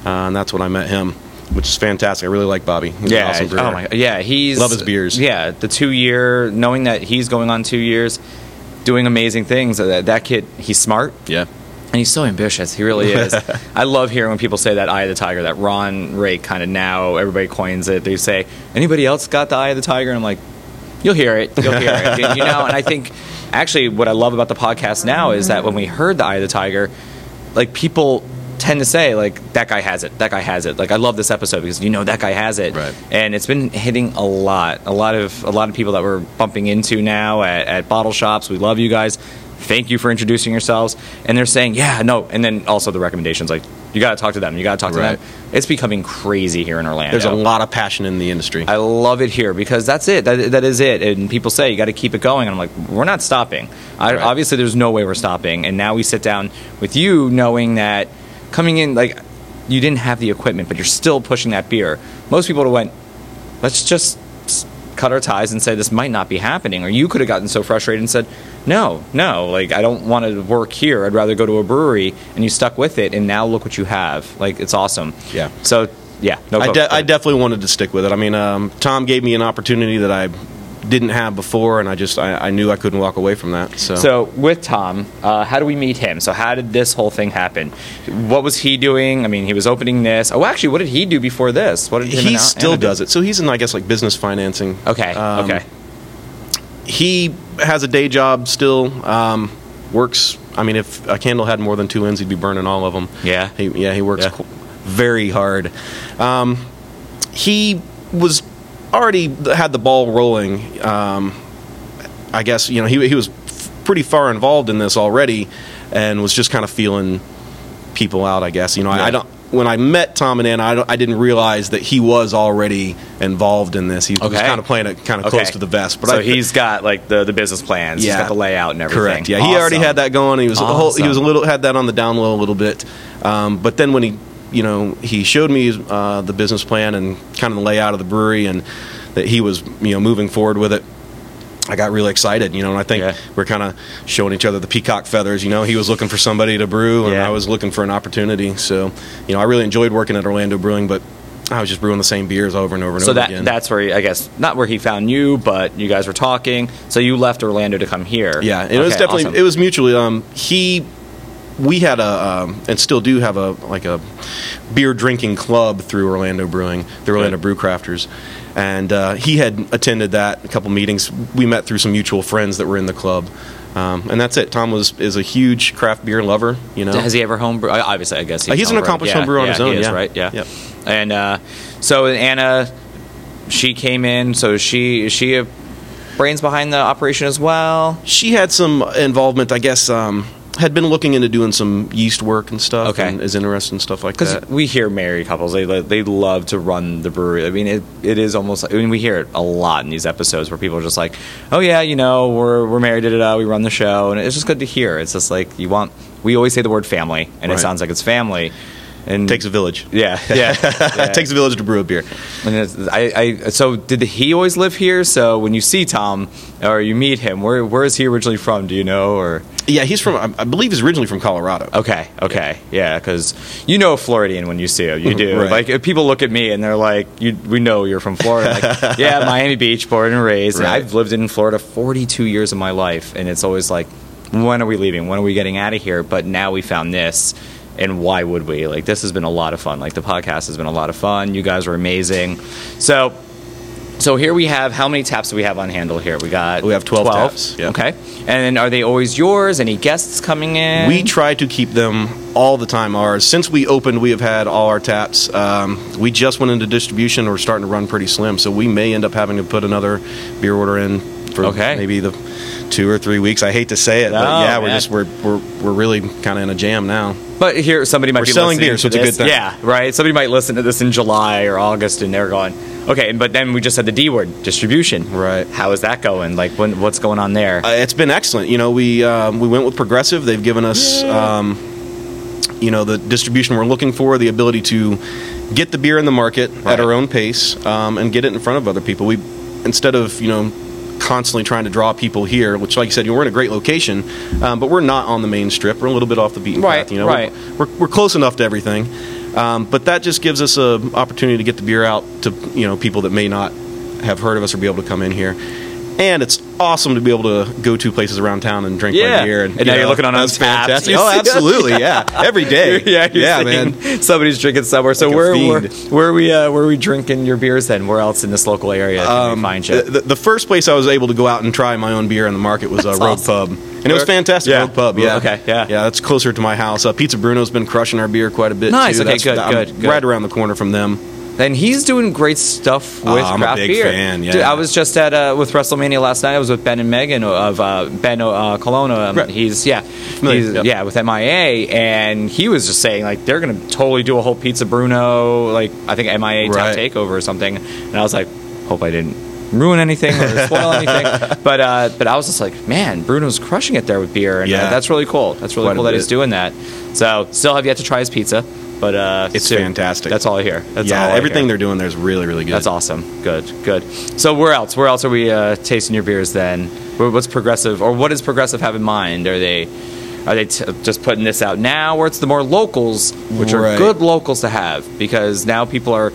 Speaker 6: uh, and that's when I met him, which is fantastic. I really like Bobby. He's an awesome brewer.
Speaker 2: oh my, yeah. He's
Speaker 6: Love his beers.
Speaker 2: Yeah, the two year, knowing that he's going on two years, doing amazing things. uh, That, that kid, he's smart.
Speaker 6: yeah.
Speaker 2: And he's so ambitious. He really is. I love hearing when people say that eye of the tiger, that Ron Ray kind of now, everybody coins it. They say, anybody else got the eye of the tiger? And I'm like, you'll hear it. You'll hear it. you know, and I think actually what I love about the podcast now is that when we heard the eye of the tiger, like people tend to say like that guy has it that guy has it like i love this episode because you know that guy has it
Speaker 6: Right.
Speaker 2: and it's been hitting a lot a lot of a lot of people that we're bumping into now at, at bottle shops we love you guys thank you for introducing yourselves and they're saying yeah no and then also the recommendations like you got to talk to them you got to talk to
Speaker 6: Right.
Speaker 2: them it's becoming crazy here in orlando
Speaker 6: There's a lot of passion in the industry.
Speaker 2: I love it here because that's it. That, that is it. And people say you got to keep it going. And I'm like, we're not stopping. I,
Speaker 6: Right.
Speaker 2: Obviously, there's no way we're stopping. And now we sit down with you knowing that coming in, like, you didn't have the equipment, but you're still pushing that beer. Most people would have went, let's just s- cut our ties and say this might not be happening. Or you could have gotten so frustrated and said, no, no, like, I don't want to work here. I'd rather go to a brewery. And you stuck with it. And now look what you have. Like, it's awesome.
Speaker 6: Yeah.
Speaker 2: So, yeah. No
Speaker 6: I,
Speaker 2: vote.
Speaker 6: de- I definitely wanted to stick with it. I mean, um, Tom gave me an opportunity that I didn't have before, and I just I, I knew I couldn't walk away from that. So,
Speaker 2: So with Tom, uh, how do we meet him? So how did this whole thing happen? What was he doing? I mean, he was opening this. Oh, actually, what did he do before this? What did him
Speaker 6: he
Speaker 2: and Al-
Speaker 6: still
Speaker 2: Anna do?
Speaker 6: does it. So he's in I guess like business financing.
Speaker 2: Okay.
Speaker 6: Um,
Speaker 2: okay.
Speaker 6: He has a day job still. Um, works. I mean, if a candle had more than two ends, he'd be burning all of them.
Speaker 2: Yeah.
Speaker 6: He, yeah. He works
Speaker 2: Yeah.
Speaker 6: qu- very hard. Um, he was already had the ball rolling. Um, I guess you know he he was f- pretty far involved in this already, and was just kind of feeling people out. I guess you know I, I don't when I met Tom and Anna, I, don't- I didn't realize that he was already involved in this. He was
Speaker 2: Okay.
Speaker 6: kind of playing it kind of close
Speaker 2: Okay.
Speaker 6: to the vest. But
Speaker 2: so
Speaker 6: I,
Speaker 2: he's got like the, the business plans. He's
Speaker 6: Yeah.
Speaker 2: got the layout and everything.
Speaker 6: Correct. Yeah, he already
Speaker 2: Awesome.
Speaker 6: had that going. He was a whole, he was a
Speaker 2: Awesome.
Speaker 6: little had that on the down low a little bit, um, but then when he you know he showed me uh, the business plan and kind of the layout of the brewery and that he was you know moving forward with it. I got really excited, you know, and I think
Speaker 2: Yeah.
Speaker 6: we're kind of showing each other the peacock feathers. You know, he was looking for somebody to brew, and
Speaker 2: Yeah.
Speaker 6: I was looking for an opportunity. So, you know, I really enjoyed working at Orlando Brewing, but I was just brewing the same beers over and over and
Speaker 2: So
Speaker 6: over
Speaker 2: that
Speaker 6: again.
Speaker 2: that's where he, I guess not where he found you, but you guys were talking. So you left Orlando to come here.
Speaker 6: Yeah, and it was
Speaker 2: Okay,
Speaker 6: definitely
Speaker 2: awesome.
Speaker 6: it was mutually. Um, he, we had a um, and still do have a like a beer drinking club through Orlando Brewing, the Orlando Brew Crafters, and uh, he had attended that a couple meetings. We met through some mutual friends that were in the club, um, and that's it. Tom was is a huge craft beer lover. You know,
Speaker 2: Has he ever homebrew? I- Obviously, I guess
Speaker 6: Uh, he's an
Speaker 2: homebrewed.
Speaker 6: accomplished
Speaker 2: yeah,
Speaker 6: homebrewer on
Speaker 2: yeah,
Speaker 6: his own,
Speaker 2: He is,
Speaker 6: yeah.
Speaker 2: right? Yeah.
Speaker 6: Yep.
Speaker 2: And uh, so Anna, she came in. So is she is she a brains behind the operation as well?
Speaker 6: she had some involvement, I guess. Um, had been looking into doing some yeast work and stuff,
Speaker 2: Okay.
Speaker 6: and is interested in stuff like
Speaker 2: Because
Speaker 6: that.
Speaker 2: we hear married couples, they lo- they love to run the brewery. I mean, it, it is almost. I mean, we hear it a lot in these episodes where people are just like, "Oh yeah, you know, we're we're married, da, da, da, we run the show," and it's just good to hear. It's just like you want. We always say the word family, and it
Speaker 6: Right.
Speaker 2: sounds like it's family, and
Speaker 6: Takes a village.
Speaker 2: yeah, yeah. yeah.
Speaker 6: Takes a village to brew a beer.
Speaker 2: And it's- I, I so did he always live here? So when you see Tom or you meet him, where where is he originally from? Do you know or?
Speaker 6: Yeah, he's from. I- I believe he's originally from Colorado.
Speaker 2: Okay, okay, yeah, because you know a Floridian when you see him, you do.
Speaker 6: Right.
Speaker 2: Like if people look at me and they're like, you, "We know you're from Florida." Like, yeah, Miami Beach, born and raised. And
Speaker 6: Right.
Speaker 2: I've lived in Florida 42 years of my life, and it's always like, "When are we leaving? When are we getting out of here?" But now we found this, and why would we? Like this has been a lot of fun. Like the podcast has been a lot of fun. You guys are amazing. So. So here we have how many taps do we have on handle here? We got
Speaker 6: We have 12 taps, yeah.
Speaker 2: Okay, and are they always yours? Any guests coming in?
Speaker 6: We try to keep them all the time ours. Since we opened, we have had all our taps. Um, we just went into distribution. We're starting to run pretty slim, so we may end up having to put another beer order in for
Speaker 2: Okay.
Speaker 6: maybe the two or three weeks. I hate to say it, but
Speaker 2: No,
Speaker 6: yeah, we're
Speaker 2: man.
Speaker 6: just we're we're, we're really kind of in a jam now.
Speaker 2: But here, somebody might
Speaker 6: We're
Speaker 2: be
Speaker 6: selling
Speaker 2: listening
Speaker 6: beer, so
Speaker 2: to
Speaker 6: it's
Speaker 2: this-
Speaker 6: a good thing.
Speaker 2: Yeah, right. Somebody might listen to this in July or August, and they're going, okay. But then we just had the D word, distribution.
Speaker 6: Right.
Speaker 2: How is that going? Like, when, what's going on there?
Speaker 6: Uh, it's been excellent. You know, we um, we went with Progressive. They've given us, um, you know, the distribution we're looking for, the ability to get the beer in the market at our own pace um, and get it in front of other people. We instead of you know constantly trying to draw people here, which, like you said, you know, we're in a great location, um, but we're not on the main strip. We're a little bit off the beaten
Speaker 2: Right,
Speaker 6: path. You know,
Speaker 2: right.
Speaker 6: We're, we're we're close enough to everything. Um, but that just gives us an opportunity to get the beer out to you know people that may not have heard of us or be able to come in here. And it's awesome to be able to go to places around town and drink
Speaker 2: Yeah.
Speaker 6: my beer.
Speaker 2: And now
Speaker 6: you
Speaker 2: you're looking on
Speaker 6: that's
Speaker 2: those apps.
Speaker 6: fantastic.
Speaker 2: You
Speaker 6: Oh,
Speaker 2: see us?
Speaker 6: absolutely, yeah. Every day.
Speaker 2: yeah, you're
Speaker 6: yeah,
Speaker 2: saying
Speaker 6: man.
Speaker 2: Somebody's drinking somewhere. So
Speaker 6: Like a
Speaker 2: where,
Speaker 6: fiend.
Speaker 2: where where are we uh, where are we drinking your beers then? Where else in this local area can we find you?
Speaker 6: Um, The, the- the first place I was able to go out and try my own beer in the market was uh, Rogue Pub, and it was fantastic.
Speaker 2: Yeah.
Speaker 6: Rogue Pub, yeah,
Speaker 2: Okay, yeah.
Speaker 6: yeah. That's closer to my house. Uh, Pizza Bruno's been crushing our beer quite a bit.
Speaker 2: Nice,
Speaker 6: too.
Speaker 2: okay,
Speaker 6: That's-
Speaker 2: good,
Speaker 6: I'm
Speaker 2: good, good.
Speaker 6: Right around the corner from them.
Speaker 2: And he's doing great stuff with
Speaker 6: Oh, I'm a
Speaker 2: craft
Speaker 6: big
Speaker 2: beer.
Speaker 6: fan, yeah.
Speaker 2: Dude, I was just at uh, with WrestleMania last night. I was with Ben and Megan of uh, Ben uh, Colonna. Um,
Speaker 6: Right.
Speaker 2: He's yeah,
Speaker 6: Familiar,
Speaker 2: he's,
Speaker 6: yep.
Speaker 2: yeah, with MIA, and he was just saying like they're gonna totally do a whole Pizza Bruno, like I think MIA
Speaker 6: Right.
Speaker 2: tap takeover or something. And I was like, hope I didn't ruin anything or spoil anything. But uh, but I was just like, man, Bruno's crushing it there with beer, and uh,
Speaker 6: Yeah.
Speaker 2: that's really cool. That's really
Speaker 6: Quite a
Speaker 2: cool that he's
Speaker 6: bit.
Speaker 2: doing that. So still have yet to try his pizza. But uh,
Speaker 6: It's
Speaker 2: soon.
Speaker 6: fantastic.
Speaker 2: That's all I hear. That's all
Speaker 6: yeah,
Speaker 2: I hear.
Speaker 6: everything they're doing there is really, really good.
Speaker 2: That's awesome. Good, good. So where else? Where else are we uh, tasting your beers then? Wh- What's progressive, or what does progressive have in mind? Are they are they t- just putting this out now, or it's the more locals, which
Speaker 6: Right.
Speaker 2: are good locals to have because now people are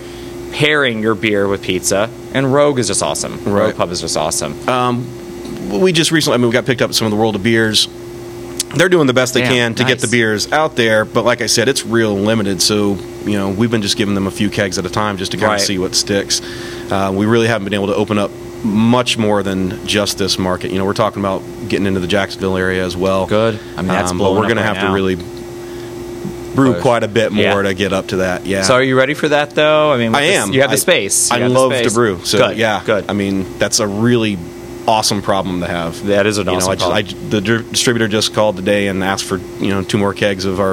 Speaker 2: pairing your beer with pizza, and Rogue is just awesome.
Speaker 6: Right. Uh,
Speaker 2: Rogue Pub is just awesome.
Speaker 6: we just recently, I mean, we got picked up at some of the World of Beers. They're doing the best they
Speaker 2: Damn,
Speaker 6: can to get
Speaker 2: nice.
Speaker 6: the beers out there, but like I said, it's real limited. So you know, we've been just giving them a few kegs at a time just to kind
Speaker 2: Right.
Speaker 6: of see what sticks. Uh, we really haven't been able to open up much more than just this market. You know, we're talking about getting into the Jacksonville area as well.
Speaker 2: Good. I mean, that's
Speaker 6: um, but
Speaker 2: blowing
Speaker 6: we're
Speaker 2: up
Speaker 6: gonna
Speaker 2: right
Speaker 6: have to
Speaker 2: now.
Speaker 6: really brew
Speaker 2: Push.
Speaker 6: quite a bit more
Speaker 2: Yeah.
Speaker 6: to get up to that. Yeah.
Speaker 2: so are you ready for that though? I mean, with
Speaker 6: I
Speaker 2: this-
Speaker 6: am.
Speaker 2: you have
Speaker 6: I-
Speaker 2: the space. You
Speaker 6: I
Speaker 2: have the
Speaker 6: love to
Speaker 2: space.
Speaker 6: brew. So
Speaker 2: Good,
Speaker 6: yeah,
Speaker 2: good.
Speaker 6: I mean, that's a really awesome problem to have.
Speaker 2: That is an awesome
Speaker 6: I ju-
Speaker 2: problem.
Speaker 6: I ju- the dir- distributor just called today and asked for you know two more kegs of our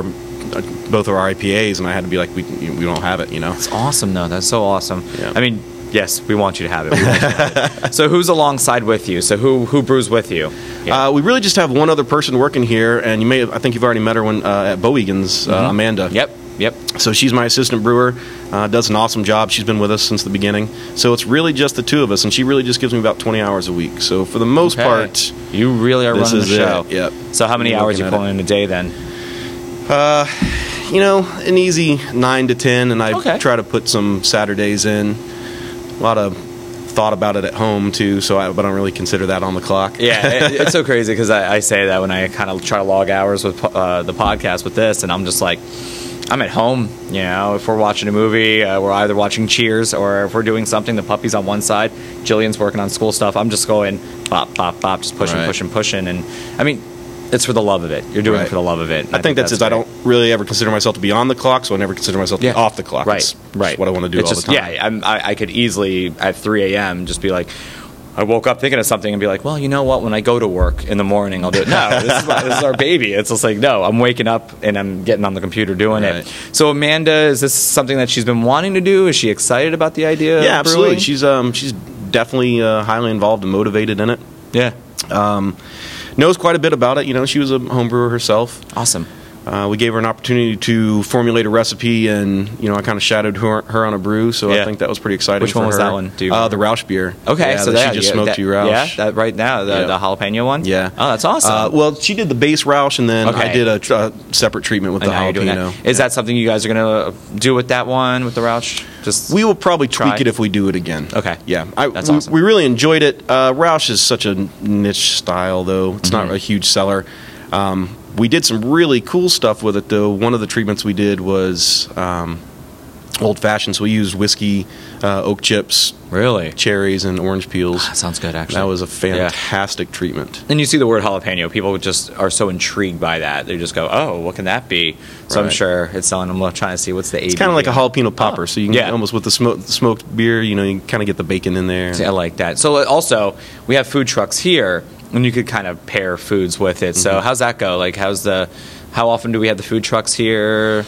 Speaker 6: uh, both of our IPAs, and I had to be like, we we don't have it, you know.
Speaker 2: It's awesome though. That's so awesome.
Speaker 6: Yeah.
Speaker 2: I mean, yes, we want you to have it. We want you to have it. so who's alongside with you? So who who brews with you?
Speaker 6: Uh, we really just have one other person working here, and you may have, I think you've already met her when uh, at Bowegan's, uh, Amanda.
Speaker 2: Mm-hmm. Yep. Yep.
Speaker 6: So she's my assistant brewer, uh, does an awesome job. She's been with us since the beginning. So it's really just the two of us, and she really just gives me about 20 hours a week. So for the most
Speaker 2: Okay.
Speaker 6: part,
Speaker 2: You really are
Speaker 6: This
Speaker 2: running the
Speaker 6: is it,
Speaker 2: show.
Speaker 6: yep.
Speaker 2: So how many
Speaker 6: You're
Speaker 2: hours
Speaker 6: looking
Speaker 2: you
Speaker 6: at
Speaker 2: pulling in a day then?
Speaker 6: you know, an easy 9 to 10, and I
Speaker 2: Okay.
Speaker 6: try to put some Saturdays in. A lot of thought about it at home, too, so I, but I don't really consider that on the clock.
Speaker 2: Yeah, it- it's so crazy because I, I say that when I kind of try to log hours with po- uh, the podcast with this, and I'm just like, I'm at home. You know, if we're watching a movie, uh, we're either watching Cheers or if we're doing something, the puppy's on one side, Jillian's working on school stuff. I'm just going bop, bop, bop, just pushing,
Speaker 6: Right.
Speaker 2: pushing, pushing. And I mean, it's for the love of it. You're doing
Speaker 6: Right.
Speaker 2: it for the love of it. and
Speaker 6: I think that's it.
Speaker 2: great.
Speaker 6: I don't really ever consider myself to be on the clock, so I never consider myself to be off the clock.
Speaker 2: Right,
Speaker 6: It's just
Speaker 2: right.
Speaker 6: what I want to do
Speaker 2: It's
Speaker 6: all
Speaker 2: just-
Speaker 6: the time.
Speaker 2: Yeah, I'm, I, I could easily at 3 a.m. just be like, I woke up thinking of something and be like, well, you know what? When I go to work in the morning, I'll do it. No, this is, my, this is our baby. It's just like, no, I'm waking up and I'm getting on the computer doing
Speaker 6: Right.
Speaker 2: it. So, Amanda, is this something that she's been wanting to do? Is she excited about the idea?
Speaker 6: Yeah,
Speaker 2: of
Speaker 6: absolutely.
Speaker 2: brewing?
Speaker 6: She's um, she's definitely uh, highly involved and motivated in it.
Speaker 2: yeah,
Speaker 6: Knows quite a bit about it. You know, she was a home brewer herself.
Speaker 2: awesome.
Speaker 6: Uh, we gave her an opportunity to formulate a recipe, and you know, I kind of shadowed her, her on a brew, so I
Speaker 2: Yeah.
Speaker 6: think that was pretty exciting.
Speaker 2: Which
Speaker 6: for
Speaker 2: one was
Speaker 6: her.
Speaker 2: that one? Do you
Speaker 6: uh, the Roush beer.
Speaker 2: Okay,
Speaker 6: Yeah,
Speaker 2: so
Speaker 6: that
Speaker 2: that,
Speaker 6: she just
Speaker 2: yeah,
Speaker 6: smoked
Speaker 2: that,
Speaker 6: you Roush.
Speaker 2: Yeah, that right now, the,
Speaker 6: Yeah.
Speaker 2: the jalapeno one?
Speaker 6: Yeah.
Speaker 2: Oh, that's awesome.
Speaker 6: Uh, well, she did the base Roush, and then I
Speaker 2: Okay.
Speaker 6: did a tr- uh, separate treatment with
Speaker 2: And
Speaker 6: the
Speaker 2: now you're doing
Speaker 6: jalapeno.
Speaker 2: that. Is that something you guys are going to do with that one, with the Roush? Just
Speaker 6: We will probably tweak
Speaker 2: Try.
Speaker 6: it if we do it again.
Speaker 2: Okay.
Speaker 6: Yeah. I,
Speaker 2: That's
Speaker 6: we-
Speaker 2: awesome.
Speaker 6: We really enjoyed it. Uh, Roush is such a niche style, though. It's
Speaker 2: Mm-hmm.
Speaker 6: not a huge seller. Um, we did some really cool stuff with it, though. One of the treatments we did was um, old fashioned. So we used whiskey, uh, oak chips,
Speaker 2: Really?
Speaker 6: cherries, and orange peels.
Speaker 2: That Ah, sounds good, actually.
Speaker 6: That was a fantastic treatment.
Speaker 2: And you see the word jalapeno, people just are so intrigued by that. They just go, "Oh, what can that be?" So I'm
Speaker 6: Right.
Speaker 2: sure it's selling. I'm trying to see what's the.
Speaker 6: It's kind of like a jalapeno popper. So you can
Speaker 2: Oh. Yeah.
Speaker 6: almost with the smoke, smoked beer, you know, you kind of get the bacon in there.
Speaker 2: I like that. So uh, also, we have food trucks here, and you could kind of pair foods with it.
Speaker 6: Mm-hmm.
Speaker 2: So how's that go? Like, how's the? How often do we have the food trucks here?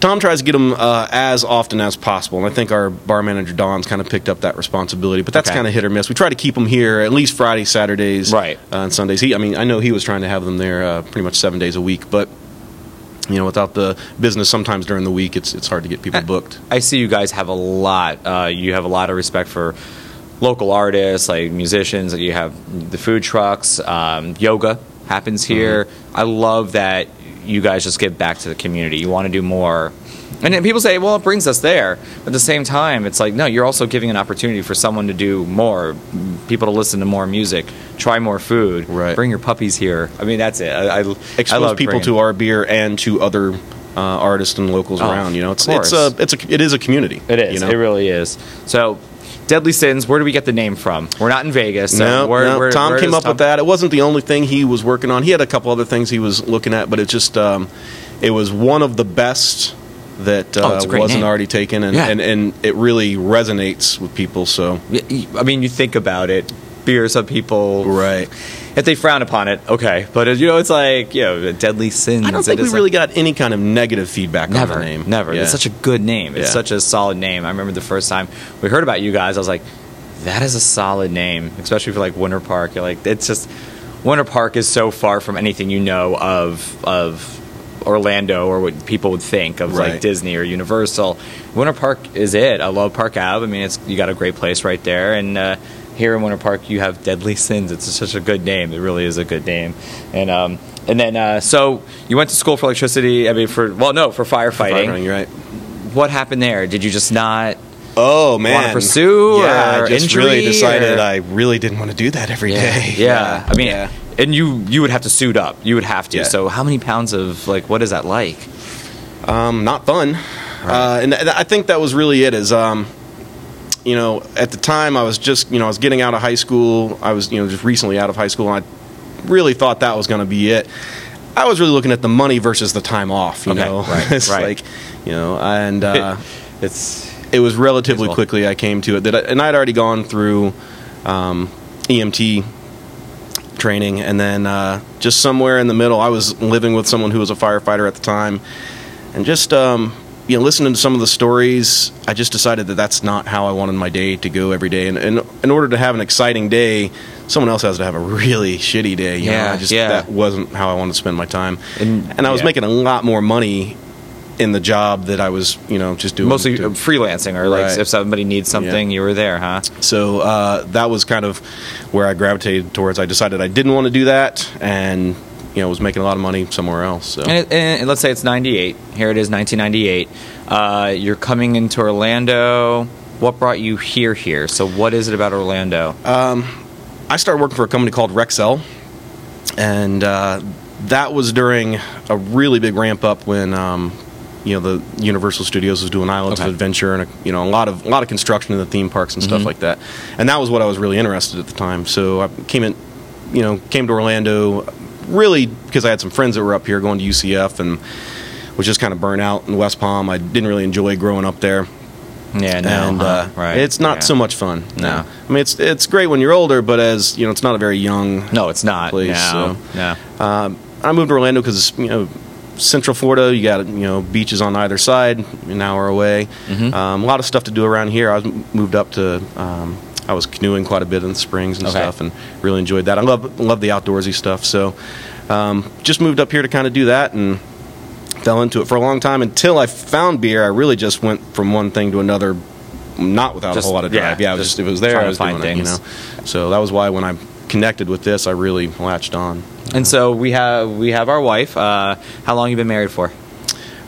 Speaker 6: Tom tries to get them uh, as often as possible, and I think our bar manager Don's kind of picked up that responsibility. But that's
Speaker 2: Okay.
Speaker 6: kind of hit or miss. We try to keep them here at least Friday, Saturdays,
Speaker 2: Right.
Speaker 6: uh, and Sundays. He, I mean, I know he was trying to have them there uh, pretty much seven days a week, but you know, without the business, sometimes during the week, it's it's hard to get people booked.
Speaker 2: I see you guys have a lot. Uh, you have a lot of respect for local artists, like musicians. Like you have the food trucks. Um, yoga happens
Speaker 6: Mm-hmm.
Speaker 2: here. I love that you guys just give back to the community. You want to do more. And then people say, "Well, it brings us there." But at the same time, it's like, no, you're also giving an opportunity for someone to do more, people to listen to more music, try more food,
Speaker 6: Right.
Speaker 2: bring your puppies here. I mean, that's it. I, I, I
Speaker 6: Expose
Speaker 2: love
Speaker 6: people
Speaker 2: bringing-
Speaker 6: to our beer and to other uh, artists and locals
Speaker 2: Oh,
Speaker 6: around. You know, it's
Speaker 2: of
Speaker 6: it's a
Speaker 2: course.
Speaker 6: it's a it is a community.
Speaker 2: It is.
Speaker 6: You know?
Speaker 2: It really is. So, Deadly Sins. Where do we get the name from? We're not in Vegas. So
Speaker 6: no,
Speaker 2: where,
Speaker 6: no.
Speaker 2: where-
Speaker 6: Tom
Speaker 2: where
Speaker 6: came
Speaker 2: does
Speaker 6: up with that. It wasn't the only thing he was working on. He had a couple other things he was looking at, but it just um, it was one of the best that uh,
Speaker 2: Oh, it's a great
Speaker 6: wasn't
Speaker 2: name.
Speaker 6: already taken, and,
Speaker 2: Yeah.
Speaker 6: and and it really resonates with people. So
Speaker 2: I mean, you think about it. Beer. Some people.
Speaker 6: right.
Speaker 2: If they frown upon it, okay. But uh, you know, it's like you know, Deadly Sins.
Speaker 6: I don't think
Speaker 2: it
Speaker 6: we
Speaker 2: is
Speaker 6: really
Speaker 2: like-
Speaker 6: got any kind of negative feedback
Speaker 2: Never,
Speaker 6: on the name.
Speaker 2: never. It's such a good name. It's
Speaker 6: Yeah.
Speaker 2: such a solid name. I remember the first time we heard about you guys, I was like, "That is a solid name," especially for like Winter Park. You're like, it's just Winter Park is so far from anything you know of of Orlando or what people would think of
Speaker 6: Right.
Speaker 2: like Disney or Universal. Winter Park is it. I love Park Ave. I mean, it's you got a great place right there, and uh, here in Winter Park you have Deadly Sins. It's such a good name. It really is a good name, and um, and then uh, so you went to school for electricity. I mean, for well, no, for firefighting.
Speaker 6: Firing, right.
Speaker 2: What happened there? Did you just not?
Speaker 6: Oh man,
Speaker 2: pursue
Speaker 6: Yeah,
Speaker 2: or
Speaker 6: I just
Speaker 2: injury
Speaker 6: really decided
Speaker 2: or-
Speaker 6: I really didn't want to do that every day.
Speaker 2: Yeah. I mean,
Speaker 6: Yeah.
Speaker 2: and you you would have to suit up. You would have to.
Speaker 6: Yeah.
Speaker 2: So how many pounds of like what is that like?
Speaker 6: um, not fun. Uh, and th- I think that was really it. Is um, you know, at the time I was just you know I was getting out of high school. I was you know just recently out of high school, and I really thought that was going to be it. I was really looking at the money versus the time off. You
Speaker 2: Okay,
Speaker 6: know,
Speaker 2: right,
Speaker 6: it's
Speaker 2: right.
Speaker 6: like you know, and uh,
Speaker 2: It's
Speaker 6: it was relatively
Speaker 2: Well-
Speaker 6: quickly I came to it that, I, and I'd already gone through um, EMT E training, and then uh, just somewhere in the middle, I was living with someone who was a firefighter at the time, and just um, you know listening to some of the stories, I just decided that that's not how I wanted my day to go every day. And, and in order to have an exciting day, someone else has to have a really shitty day. you know?
Speaker 2: Yeah,
Speaker 6: I just,
Speaker 2: yeah.
Speaker 6: That wasn't how I wanted to spend my time,
Speaker 2: And-
Speaker 6: and, I was
Speaker 2: yeah.
Speaker 6: making a lot more money in the job that I was you know just doing
Speaker 2: Mostly
Speaker 6: to-
Speaker 2: freelancing, or like
Speaker 6: Right.
Speaker 2: if somebody needs something, you were there, huh?
Speaker 6: so uh, that was kind of where I gravitated towards. I decided I didn't want to do that, and you know, was making a lot of money somewhere else. So
Speaker 2: And, it, and let's say it's 98. Here it is, 1998. Uh, you're coming into Orlando. What brought you here? Here. So, what is it about Orlando?
Speaker 6: Uh, I started working for a company called Rexel, and uh, that was during a really big ramp up when um, you know the Universal Studios was doing Islands
Speaker 2: Okay.
Speaker 6: of Adventure and a, you know a lot of a lot of construction in the theme parks and stuff like that. And that was what I was really interested at the time. So I came in, you know, came to Orlando really because I had some friends that were up here going to UCF and was just kind of burnt out in West Palm. I didn't really enjoy growing up there
Speaker 2: yeah, no,
Speaker 6: and
Speaker 2: huh,
Speaker 6: uh,
Speaker 2: right.
Speaker 6: it's not
Speaker 2: yeah.
Speaker 6: so much fun.
Speaker 2: No.
Speaker 6: I mean it's it's great when you're older, but as you know, it's not a very young.
Speaker 2: No, it's not.
Speaker 6: place,
Speaker 2: no, no.
Speaker 6: I moved to Orlando because you know, Central Florida, you got you know beaches on either side, an hour away.
Speaker 2: Mm-hmm.
Speaker 6: Um, a lot of stuff to do around here. I was moved up to. Um, I was canoeing quite a bit in the springs and
Speaker 2: Okay.
Speaker 6: stuff, and really enjoyed that. I love love the outdoorsy stuff, so um, just moved up here to kind of do that and fell into it for a long time until I found beer. I really just went from one thing to another, not without
Speaker 2: Just-
Speaker 6: a whole lot of drive.
Speaker 2: yeah,
Speaker 6: Yeah, I was
Speaker 2: just
Speaker 6: just, it was there.
Speaker 2: trying
Speaker 6: I
Speaker 2: to
Speaker 6: was
Speaker 2: find
Speaker 6: doing it,
Speaker 2: things.
Speaker 6: you know. So that was why when I connected with this, I really latched on.
Speaker 2: And so we have we have our wife. Uh, how long you been married for?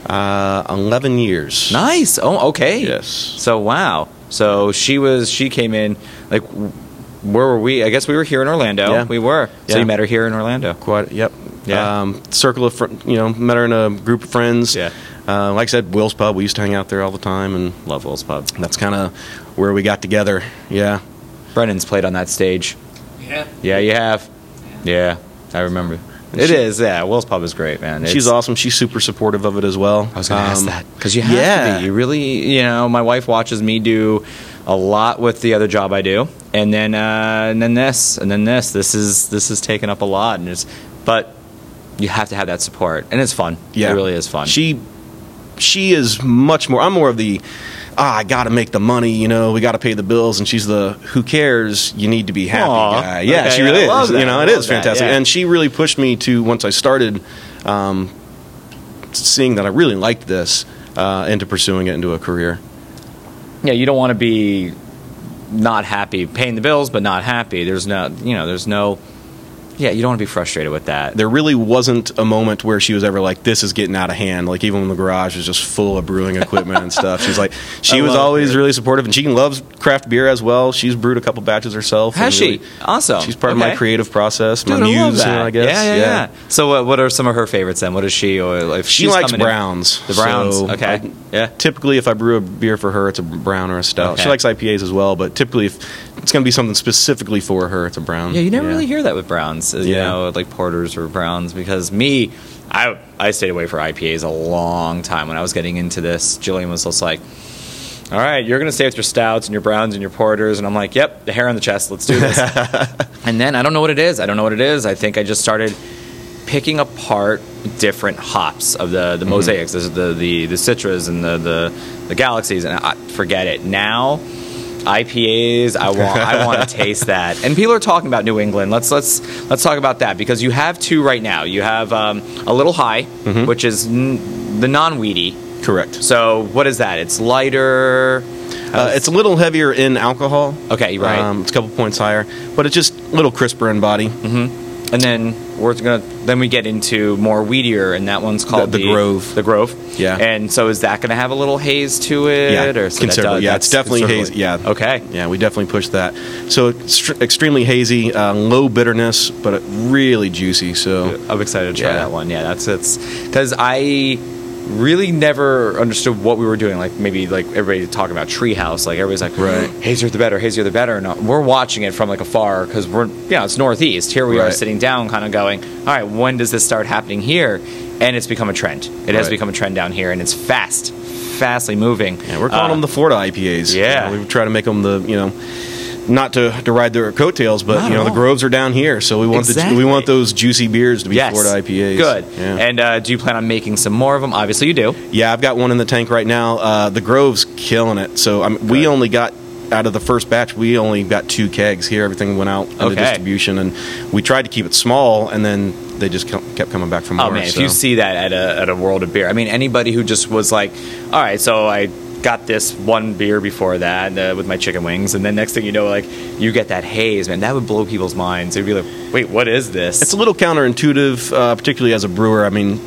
Speaker 6: Uh, Eleven years.
Speaker 2: Nice. Oh, okay.
Speaker 6: Yes.
Speaker 2: So wow. So she was she came in like w- where were we? I guess we were here in Orlando.
Speaker 6: Yeah.
Speaker 2: We were. So
Speaker 6: Yeah.
Speaker 2: you met her here in Orlando.
Speaker 6: Quite. Yep.
Speaker 2: Yeah.
Speaker 6: Um, circle of fr- you know met her in a group of friends.
Speaker 2: Yeah.
Speaker 6: Uh, like I said, Will's Pub. We used to hang out there all the time, and
Speaker 2: Love Will's Pub.
Speaker 6: that's kind of where we got together. Yeah.
Speaker 2: Brennan's played on that stage.
Speaker 7: Yeah.
Speaker 2: Yeah, you have. Yeah, I remember. It
Speaker 6: And
Speaker 2: is.
Speaker 6: she-
Speaker 2: Yeah, Will's Pub is great, man.
Speaker 6: She's
Speaker 2: It's-
Speaker 6: awesome. She's super supportive of it as well.
Speaker 2: I was going to ask
Speaker 6: Um,
Speaker 2: that because you have to
Speaker 6: yeah.
Speaker 2: be. You really, you know, my wife watches me do a lot with the other job I do, and then uh, and then this, and then this. This is this is taking up a lot, and it's but you have to have that support, and it's fun.
Speaker 6: Yeah,
Speaker 2: it really is fun.
Speaker 6: She she is much more. I'm more of the ah, I got to make the money. You know, we got to pay the bills. And she's the who cares. You need to be happy
Speaker 2: Aw.
Speaker 6: guy. Yeah,
Speaker 2: Okay,
Speaker 6: she really
Speaker 2: I
Speaker 6: is.
Speaker 2: love that.
Speaker 6: You know,
Speaker 2: I
Speaker 6: it
Speaker 2: love
Speaker 6: is
Speaker 2: that,
Speaker 6: fantastic.
Speaker 2: yeah.
Speaker 6: And she really pushed me to once I started um, seeing that I really liked this uh, into pursuing it into a career.
Speaker 2: yeah, you don't want to be not happy, paying the bills, but not happy. There's no, you know, there's no. Yeah, you don't want to be frustrated with that.
Speaker 6: There really wasn't a moment where she was ever like, "This is getting out of hand." Like even when the garage was just full of brewing equipment and stuff, she's like, she was
Speaker 2: love
Speaker 6: always really supportive, and she loves craft beer as well. She's brewed a couple batches herself.
Speaker 2: Has
Speaker 6: and
Speaker 2: she?
Speaker 6: really-
Speaker 2: Awesome.
Speaker 6: She's part of my
Speaker 2: Okay.
Speaker 6: creative process, my
Speaker 2: Dude, I
Speaker 6: muse,
Speaker 2: love
Speaker 6: you know,
Speaker 2: that.
Speaker 6: I guess.
Speaker 2: Yeah, yeah, yeah. So, what, what are some of her favorites then? What is she? Or if
Speaker 6: She
Speaker 2: she's
Speaker 6: likes
Speaker 2: coming in-
Speaker 6: browns.
Speaker 2: the browns.
Speaker 6: so
Speaker 2: okay.
Speaker 6: I-
Speaker 2: yeah.
Speaker 6: typically, if I brew a beer for her, it's a brown or a stout.
Speaker 2: Okay.
Speaker 6: She likes IPAs as well, but typically, if it's going to be something specifically for her, it's a brown.
Speaker 2: Yeah, you never really hear that with browns, uh, you
Speaker 6: Yeah.
Speaker 2: know, like porters or browns. Because me, I I stayed away for IPAs a long time when I was getting into this. Jillian was just like, "All right, you're gonna stay with your stouts and your browns and your porters," and I'm like, "Yep, the hair on the chest, let's do this." and then I don't know what it is. I don't know what it is. I think I just started picking apart different hops of the the
Speaker 6: Mm-hmm.
Speaker 2: mosaics, the the the, the citras and the, the the galaxies, and I, forget it now. IPAs. I want. I want to taste that. And people are talking about New England. Let's let's let's talk about that because you have two right now. You have um, a little high,
Speaker 6: Mm-hmm.
Speaker 2: which is n- the non-weedy.
Speaker 6: Correct.
Speaker 2: So what is that? It's lighter.
Speaker 6: Uh, it's a little heavier in alcohol.
Speaker 2: Okay, right.
Speaker 6: Um, it's a couple points higher, but it's just a little crisper in body.
Speaker 2: Mm-hmm. and then we're gonna then we get into more weedier, and that one's called
Speaker 6: The- the Grove.
Speaker 2: The Grove.
Speaker 6: Yeah.
Speaker 2: And so is that gonna have a little haze to it?
Speaker 6: Yeah,
Speaker 2: Or so that
Speaker 6: considerably.
Speaker 2: does-
Speaker 6: Yeah, it's
Speaker 2: that's
Speaker 6: definitely haze-
Speaker 2: considerably-
Speaker 6: yeah.
Speaker 2: Okay.
Speaker 6: Yeah, we definitely push that. So extr extremely hazy, uh, low bitterness, but really juicy. So
Speaker 2: I'm excited to try
Speaker 6: Yeah.
Speaker 2: that one. Yeah, that's it's because I really never understood what we were doing. Like maybe like everybody talking about Treehouse. Like everybody's like,
Speaker 6: Right.
Speaker 2: hazier the better, hazier the better. And uh, we're watching it from like afar because we're you know it's northeast. Here we are
Speaker 6: Right.
Speaker 2: sitting down, kind of going, all right, when does this start happening here? And it's become a trend. It has
Speaker 6: Right.
Speaker 2: become a trend down here, and it's fast, fastly moving.
Speaker 6: Yeah, we're calling
Speaker 2: Uh,
Speaker 6: them the Florida IPAs.
Speaker 2: yeah.
Speaker 6: You know, we try to make them the you know not to, to ride their coattails, but
Speaker 2: Not at
Speaker 6: you know the
Speaker 2: all.
Speaker 6: groves are down here, so we want the,
Speaker 2: Exactly.
Speaker 6: we want those juicy beers to be
Speaker 2: Uh, Yes.
Speaker 6: Florida IPAs.
Speaker 2: Good.
Speaker 6: Yeah.
Speaker 2: And uh, do you plan on making some more of them? Obviously, you do.
Speaker 6: Yeah, I've got one in the tank right now. Uh, the Grove's killing it. So I mean, we only got out of the first batch, we only got two kegs here. Everything went out under
Speaker 2: Okay.
Speaker 6: distribution, and we tried to keep it small, and then they just com- kept coming back for more.
Speaker 2: Oh man,
Speaker 6: so.
Speaker 2: if you see that at a at a World of Beer, I mean anybody who just was like, all right, so I got this one beer before that uh, with my chicken wings, and then next thing you know, like you get that haze, man, that would blow people's minds. They'd be like, wait, what is this?
Speaker 6: it's a little counterintuitive, uh, particularly as a brewer. I mean,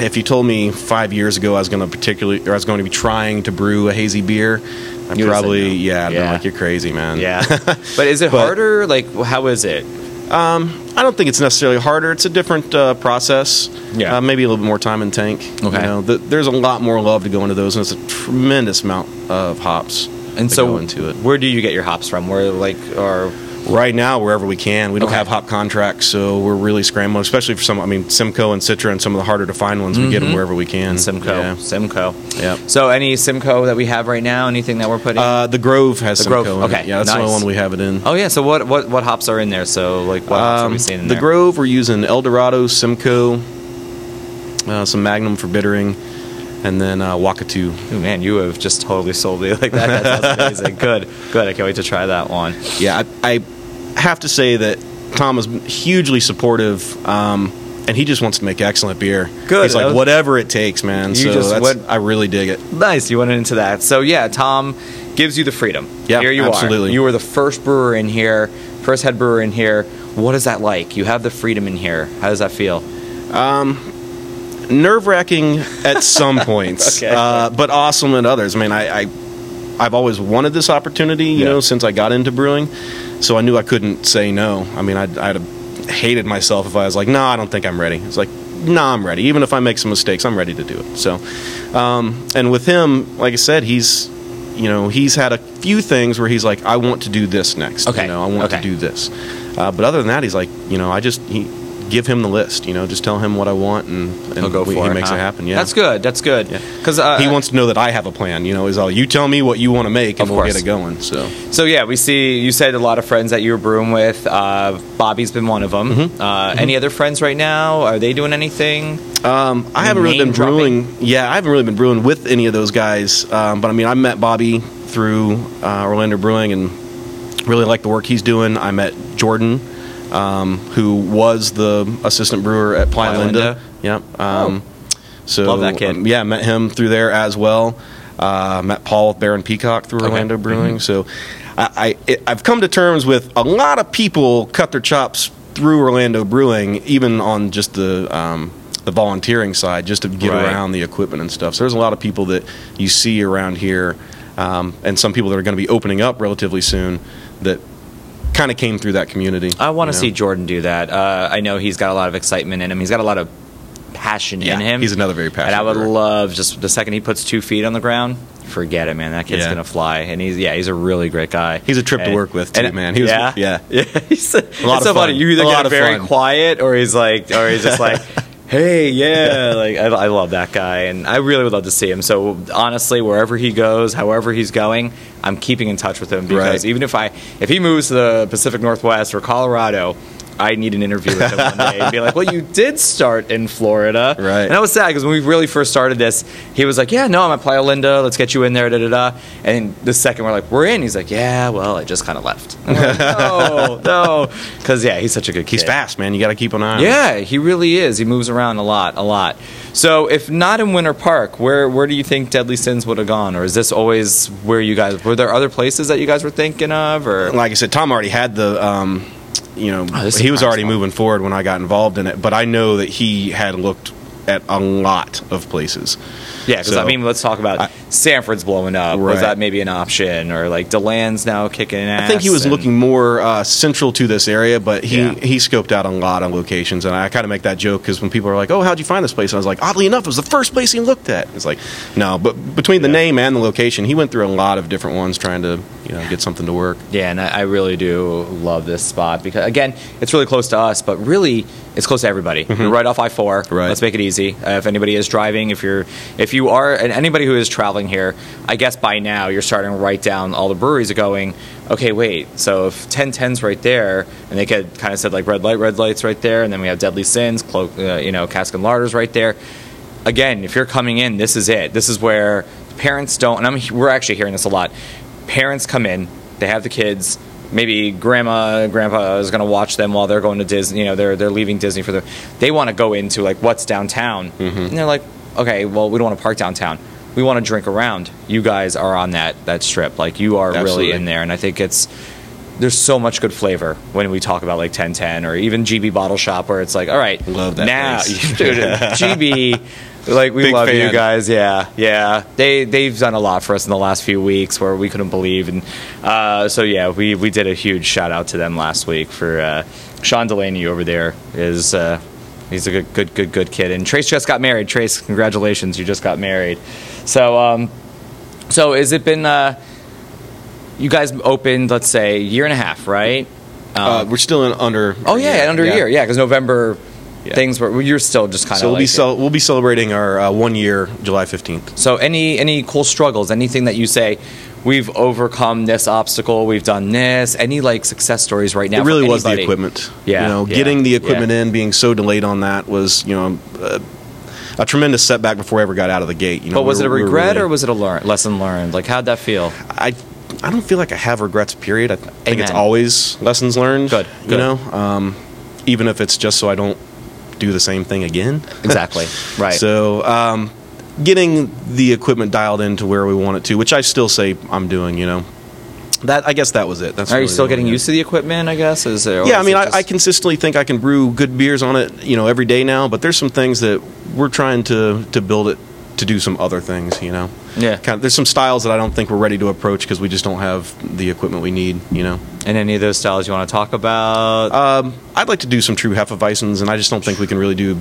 Speaker 6: if you told me five years ago I was going to particularly, or I was going to be trying to brew a hazy beer, I
Speaker 2: You would've said
Speaker 6: probably,
Speaker 2: no.
Speaker 6: yeah, I'd
Speaker 2: Yeah.
Speaker 6: been like, you're crazy, man.
Speaker 2: yeah, but is it
Speaker 6: But-
Speaker 2: harder? Like, how is it?
Speaker 6: I don't think it's necessarily harder. It's a different uh, process.
Speaker 2: Yeah.
Speaker 6: Uh, maybe a little bit more time in tank.
Speaker 2: Okay.
Speaker 6: You know, th- there's a lot more love to go into those, and it's a tremendous amount of hops
Speaker 2: And
Speaker 6: that
Speaker 2: so,
Speaker 6: go into it.
Speaker 2: where do you get your hops from? Where like or
Speaker 6: Right now, wherever we can, we don't
Speaker 2: Okay.
Speaker 6: have hop contracts, so we're really scrambling, especially for some. I mean, Simcoe and Citra and some of the harder to find ones. We get them wherever we can.
Speaker 2: Mm-hmm. Simcoe,
Speaker 6: Yeah.
Speaker 2: Simcoe.
Speaker 6: Yep.
Speaker 2: So any Simcoe that we have right now, anything that we're putting?
Speaker 6: Uh, the Grove has
Speaker 2: The
Speaker 6: Simcoe.
Speaker 2: Grove,
Speaker 6: in it.
Speaker 2: okay,
Speaker 6: Yeah, that's the only
Speaker 2: nice.
Speaker 6: one we have it in. Um,
Speaker 2: oh yeah. So what what what hops are in there? So like what hops are we seeing in
Speaker 6: the
Speaker 2: there?
Speaker 6: Grove, we're using El Dorado, Simcoe, uh, some Magnum for bittering, and then uh, Wakatu.
Speaker 2: Ooh, man, you have just totally sold me like that. That sounds amazing. good, good. I can't wait to try that one.
Speaker 6: yeah, I, I have to say that Tom is hugely supportive, um, and he just wants to make excellent beer.
Speaker 2: Good.
Speaker 6: He's
Speaker 2: That
Speaker 6: like
Speaker 2: was-
Speaker 6: whatever it takes, man.
Speaker 2: You
Speaker 6: so
Speaker 2: just
Speaker 6: that's,
Speaker 2: went-
Speaker 6: I really dig it.
Speaker 2: Nice, you went into that. So yeah, Tom gives you the freedom.
Speaker 6: Yeah,
Speaker 2: here you
Speaker 6: absolutely.
Speaker 2: are. You were the first brewer in here, first head brewer in here. What is that like? You have the freedom in here. How does that feel?
Speaker 6: Nerve wracking at some points,
Speaker 2: Okay.
Speaker 6: uh, but awesome at others. I mean, I, I I've always wanted this opportunity, you
Speaker 2: Yeah.
Speaker 6: know, since I got into brewing, so I knew I couldn't say no. I mean, I'd, I'd have hated myself if I was like, no, I don't think I'm ready. It's like. No, I'm ready. Even if I make some mistakes, I'm ready to do it. So, um, and with him, like I said, he's, you know, he's had a few things where he's like, I want to do this next.
Speaker 2: Okay.
Speaker 6: You know, I want to
Speaker 2: Okay.
Speaker 6: do this. Uh, but other than that, he's like, you know, I just he, give him the list. You know, just tell him what I want, and, and
Speaker 2: He'll go
Speaker 6: we-
Speaker 2: for
Speaker 6: he
Speaker 2: it.
Speaker 6: makes
Speaker 2: huh?
Speaker 6: it Ah. happen. Yeah,
Speaker 2: that's good. That's good.
Speaker 6: Yeah.
Speaker 2: Because uh,
Speaker 6: he wants to know that I have a plan. You know, is all you tell me what you want to make, and
Speaker 2: Of
Speaker 6: we'll
Speaker 2: course.
Speaker 6: get it going. So
Speaker 2: So yeah, we see you said a lot of friends that you were brewing with. Uh, Bobby's been one of them.
Speaker 6: Mm-hmm.
Speaker 2: Uh, Any other friends right now? Are they doing anything?
Speaker 6: um, I haven't really
Speaker 2: name
Speaker 6: been
Speaker 2: dropping?
Speaker 6: brewing. Yeah, I haven't really been brewing with any of those guys. Um, but I mean, I met Bobby through uh, Orlando Brewing, and really like the work he's doing. I met Jordan, um, who was the assistant brewer at Playa
Speaker 2: Playa
Speaker 6: Linda. Yep. Um, So
Speaker 2: Love that kid.
Speaker 6: um, yeah, met him through there as well. Uh, met Paul with Baron Peacock through Orlando
Speaker 2: Mm-hmm.
Speaker 6: Brewing. So I, I it, I've come to terms with a lot of people cut their chops through Orlando Brewing, even on just the um, the volunteering side, just to get
Speaker 2: Right.
Speaker 6: around the equipment and stuff. So there's a lot of people that you see around here, um, and some people that are going to be opening up relatively soon that kind of came through that community.
Speaker 2: I want to
Speaker 6: you know?
Speaker 2: see Jordan do that. Uh, I know he's got a lot of excitement in him. He's got a lot of passion
Speaker 6: Yeah,
Speaker 2: in him.
Speaker 6: he's another very
Speaker 2: And I
Speaker 6: passionate
Speaker 2: would
Speaker 6: brewer.
Speaker 2: love just the second he puts two feet on the ground, forget it, man. That kid's
Speaker 6: Yeah.
Speaker 2: gonna fly. And he's yeah, he's a really great guy.
Speaker 6: He's a trip to
Speaker 2: And-
Speaker 6: work with too,
Speaker 2: and-
Speaker 6: man. He was-
Speaker 2: yeah,
Speaker 6: yeah.
Speaker 2: yeah. He's a, it's
Speaker 6: lot of
Speaker 2: so funny.
Speaker 6: fun.
Speaker 2: You either
Speaker 6: A lot
Speaker 2: get
Speaker 6: of
Speaker 2: very
Speaker 6: fun.
Speaker 2: quiet, or he's like, or he's just like. Hey, yeah, like I, I love that guy, and I really would love to see him. So honestly, wherever he goes, however he's going, I'm keeping in touch with him because
Speaker 6: Right.
Speaker 2: even if I if he moves to the Pacific Northwest or Colorado, I need an interview with him one day and be like, "Well, you did start in Florida,
Speaker 6: Right.
Speaker 2: And I was sad because when we really first started this, he was like, "Yeah, no, I'm at Playa Linda. Let's get you in there." Da da da. And the second we're like, "We're in," he's like, "Yeah, well, I just kind of left." I'm like, no, no, because yeah, he's such a good kid.
Speaker 6: He's fast, man. You got to keep an eye. on him.
Speaker 2: Yeah, he really is. He moves around a lot, a lot. So if not in Winter Park, where where do you think Deadly Sins would have gone, or is this always where you guys? Were there other places that you guys were thinking of, or
Speaker 6: like I said, Tom already had the, um, you know,
Speaker 2: Oh, this is
Speaker 6: he was
Speaker 2: prime
Speaker 6: already
Speaker 2: spot.
Speaker 6: moving forward when I got involved in it. But I know that he had looked at a lot of places.
Speaker 2: Yeah, because
Speaker 6: So-
Speaker 2: I mean, let's talk about Sanford's blowing up.
Speaker 6: Right.
Speaker 2: Was that maybe an option, or like Deland's now kicking ass?
Speaker 6: I think he was
Speaker 2: and-
Speaker 6: looking more uh, central to this area, but he,
Speaker 2: Yeah.
Speaker 6: he scoped out a lot of locations. And I kind of make that joke because when people are like, "Oh, how'd you find this place?" and I was like, "Oddly enough, it was the first place he looked at." It's like, no, but between the name and the location, he went through a lot of different ones trying to you know get something to work.
Speaker 2: Yeah, and I, I really do love this spot because again, it's really close to us, but really it's close to everybody. You're right off I four.
Speaker 6: Right.
Speaker 2: Let's make it easy. Uh, if anybody is driving, if you're, if you are, and anybody who is traveling traveling here, I guess by now you're starting to write down all the breweries are going, okay, wait, so if 1010's right there, and they could kind of said like red light, red light's right there, and then we have Deadly Sins, Cloak, uh, you know, Cask and Larder's right there. Again, if you're coming in, this is it. This is where parents don't, and I'm, he- we're actually hearing this a lot. Parents come in, they have the kids, maybe grandma grandpa is going to watch them while they're going to disney you know they're they're leaving disney for the they want to go into like what's downtown
Speaker 6: Mm-hmm.
Speaker 2: and they're like okay well we don't want to park downtown we want to drink around you guys are on that that strip like you are
Speaker 6: Absolutely.
Speaker 2: really in there and i think it's there's so much good flavor when we talk about like 1010 or even GB Bottle Shop, where it's like, all right,
Speaker 6: Love that
Speaker 2: now,
Speaker 6: place.
Speaker 2: Dude, GB, like we
Speaker 6: Big
Speaker 2: love
Speaker 6: fan.
Speaker 2: you guys, yeah, yeah. They they've done a lot for us in the last few weeks where we couldn't believe, and uh, so yeah, we we did a huge shout out to them last week for uh, Sean Delaney over there is. Uh, He's a good, good, good, good kid, and Trace just got married. Trace, congratulations! You just got married. So, um, so has it been? Uh, you guys opened, let's say, a year and a half, right?
Speaker 6: uh, we're still in under.
Speaker 2: Um, Oh yeah, under a year, yeah, because November things were. well, You're still just kind of.
Speaker 6: So we'll
Speaker 2: like
Speaker 6: be cel- we'll be celebrating our uh, one year July fifteenth.
Speaker 2: So any any cool struggles, anything that you say, we've overcome this obstacle, we've done this. Any like success stories right now?
Speaker 6: It really
Speaker 2: for
Speaker 6: was the
Speaker 2: anybody?
Speaker 6: equipment.
Speaker 2: Yeah,
Speaker 6: you know,
Speaker 2: yeah,
Speaker 6: getting the equipment in, being so delayed on that was you know a, a tremendous setback before I ever got out of the gate. You know,
Speaker 2: But was
Speaker 6: we
Speaker 2: it a
Speaker 6: were- we were
Speaker 2: regret
Speaker 6: really-
Speaker 2: or was it a learn, lesson learned? Like how'd that feel?
Speaker 6: I I don't feel like I have regrets. Period. I th- think it's
Speaker 2: Amen.
Speaker 6: always lessons learned.
Speaker 2: Good,
Speaker 6: You
Speaker 2: good.
Speaker 6: know, um, even if it's just so I don't do the same thing again.
Speaker 2: Exactly. Right.
Speaker 6: So um, getting the equipment dialed in to where we want it to, which I still say I'm doing. You know, that I guess that was it. That's
Speaker 2: Are you
Speaker 6: really
Speaker 2: still
Speaker 6: all
Speaker 2: getting
Speaker 6: I did.
Speaker 2: used to the equipment? I guess is there, or
Speaker 6: Yeah, I
Speaker 2: Oh, is
Speaker 6: mean,
Speaker 2: it
Speaker 6: I,
Speaker 2: just-
Speaker 6: I consistently think I can brew good beers on it, you know, every day now. But there's some things that we're trying to to build it to do some other things, you know.
Speaker 2: Yeah.
Speaker 6: Kind of, there's some styles that I don't think we're ready to approach because we just don't have the equipment we need, you know.
Speaker 2: And any of those styles you want to talk about?
Speaker 6: Um, I'd like to do some true hefeweizens, and I just don't think we can really do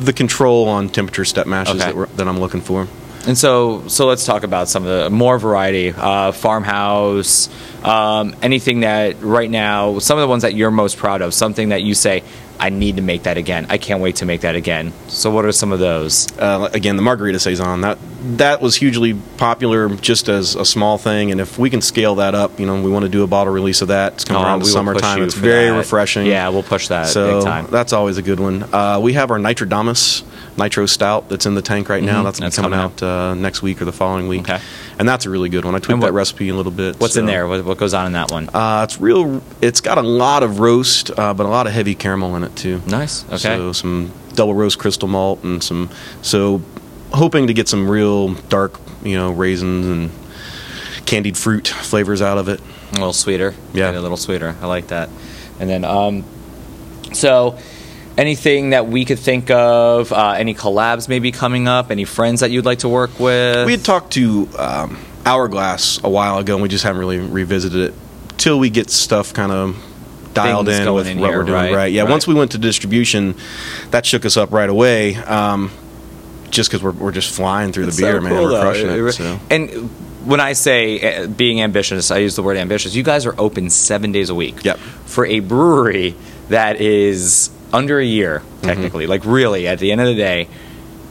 Speaker 6: the control on temperature step mashes
Speaker 2: Okay.
Speaker 6: that, we're, that I'm looking for.
Speaker 2: And so, so let's talk about some of the more variety, uh, farmhouse, um, anything that right now, some of the ones that you're most proud of, something that you say, I need to make that again. I can't wait to make that again. So, what are some of those?
Speaker 6: uh, again the margarita saison that that was hugely popular just as a small thing and if we can scale that up you know we want to do a bottle release of that it's coming
Speaker 2: Oh,
Speaker 6: around to
Speaker 2: we will push
Speaker 6: summertime
Speaker 2: you
Speaker 6: it's
Speaker 2: for
Speaker 6: very
Speaker 2: that.
Speaker 6: refreshing
Speaker 2: Yeah, we'll push that
Speaker 6: so
Speaker 2: big time.
Speaker 6: that's always a good one uh, we have our nitrodamus nitro stout that's in the tank right now that's,
Speaker 2: Mm-hmm. that's
Speaker 6: coming,
Speaker 2: coming
Speaker 6: out uh, next week or the following week
Speaker 2: Okay.
Speaker 6: and that's a really good one i tweaked
Speaker 2: And
Speaker 6: that
Speaker 2: what-
Speaker 6: recipe a little bit
Speaker 2: What's in
Speaker 6: so-
Speaker 2: there? What, what goes on in that one?
Speaker 6: uh, it's real it's got a lot of roast uh, but a lot of heavy caramel in it too
Speaker 2: nice. Okay.
Speaker 6: so some double roast crystal malt and some so hoping to get some real dark, you know, raisins and candied fruit flavors out of it.
Speaker 2: a little sweeter.
Speaker 6: Yeah.
Speaker 2: Made it a little sweeter. I like that. And then, um, so anything that we could think of, uh, any collabs maybe coming up, any friends that you'd like to work with?
Speaker 6: We had talked to um, Hourglass a while ago and we just haven't really revisited it till we get stuff kind of dialed
Speaker 2: Things
Speaker 6: in
Speaker 2: going
Speaker 6: with
Speaker 2: in
Speaker 6: what
Speaker 2: here,
Speaker 6: we're doing
Speaker 2: right,
Speaker 6: right. Yeah,
Speaker 2: right.
Speaker 6: once we went to distribution, that shook us up right away. Um, just because we're, we're just flying through the
Speaker 2: so
Speaker 6: beer, man,
Speaker 2: cool,
Speaker 6: we're
Speaker 2: though.
Speaker 6: crushing it.
Speaker 2: re-
Speaker 6: so.
Speaker 2: And when I say uh, being ambitious, I use the word ambitious. You guys are open seven days a week.
Speaker 6: Yep.
Speaker 2: For a brewery that is under a year,
Speaker 6: Mm-hmm.
Speaker 2: technically, like really, at the end of the day,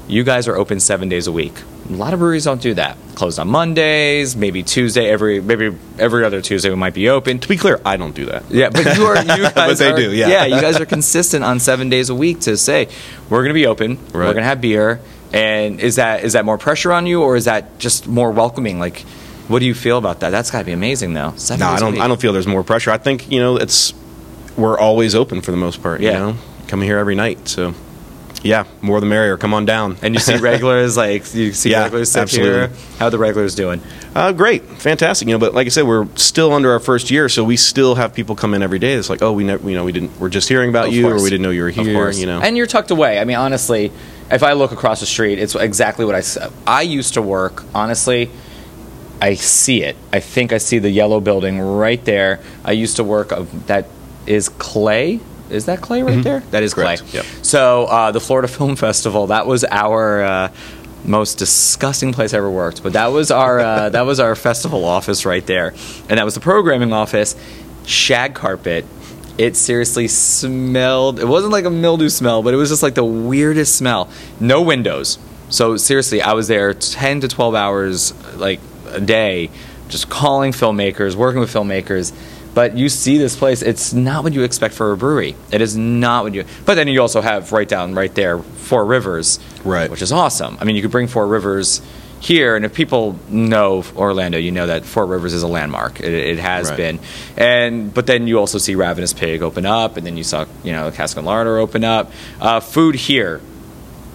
Speaker 2: you guys are open seven days a week. A lot of breweries don't do that. Closed on Mondays, maybe Tuesday, every maybe every other Tuesday we might be open.
Speaker 6: To be clear, I don't do that.
Speaker 2: Yeah, but you are. You guys
Speaker 6: they
Speaker 2: are-
Speaker 6: do, yeah.
Speaker 2: you guys are consistent on seven days a week to say we're going to be open. We're
Speaker 6: Right.
Speaker 2: going to have beer. And is that is that more pressure on you, or is that just more welcoming? Like, what do you feel about that? That's got to be amazing, though. Seven
Speaker 6: No,
Speaker 2: days
Speaker 6: I
Speaker 2: a
Speaker 6: don't.
Speaker 2: week.
Speaker 6: I don't feel there's more pressure. I think you know it's we're always open for the most part.
Speaker 2: Yeah.
Speaker 6: You know, come here every night. So yeah, more the merrier. Come on down.
Speaker 2: And you see regulars like you see
Speaker 6: Yeah,
Speaker 2: regulars sit here.
Speaker 6: absolutely.
Speaker 2: How are the regulars doing?
Speaker 6: Uh, great, fantastic. You know, but like I said, we're still under our first year, so we still have people come in every day. It's like, oh, we never, you know, we didn't. We're just hearing about
Speaker 2: Of
Speaker 6: you,
Speaker 2: course.
Speaker 6: or we didn't know you were
Speaker 2: Of
Speaker 6: here.
Speaker 2: course.
Speaker 6: You know,
Speaker 2: And you're tucked away. I mean, honestly, if I look across the street, it's exactly what I s- I used to work. Honestly, I see it. I think I see the yellow building right there. I used to work of that is clay. Is that clay right there? That is
Speaker 6: Mm-hmm. Correct.
Speaker 2: clay.
Speaker 6: Yep.
Speaker 2: So uh, the Florida Film Festival. That was our. Uh, most disgusting place I ever worked, but that was our uh, that was our festival office right there, and that was the programming office. Shag carpet. It seriously smelled. It wasn't like a mildew smell, but it was just like the weirdest smell. No windows. So seriously, I was there 10 to 12 hours like a day just calling filmmakers, working with filmmakers. But you see this place, it's not what you expect for a brewery. It is not what you But then you also have right down right there Four Rivers,
Speaker 6: Right.
Speaker 2: which is awesome. I mean, you could bring Four Rivers here and if people know Orlando, you know that Four Rivers is a landmark. It, it has
Speaker 6: Right.
Speaker 2: been. And but then you also see Ravenous Pig open up and then you saw, you know, Cask and Larder open up. Uh, food here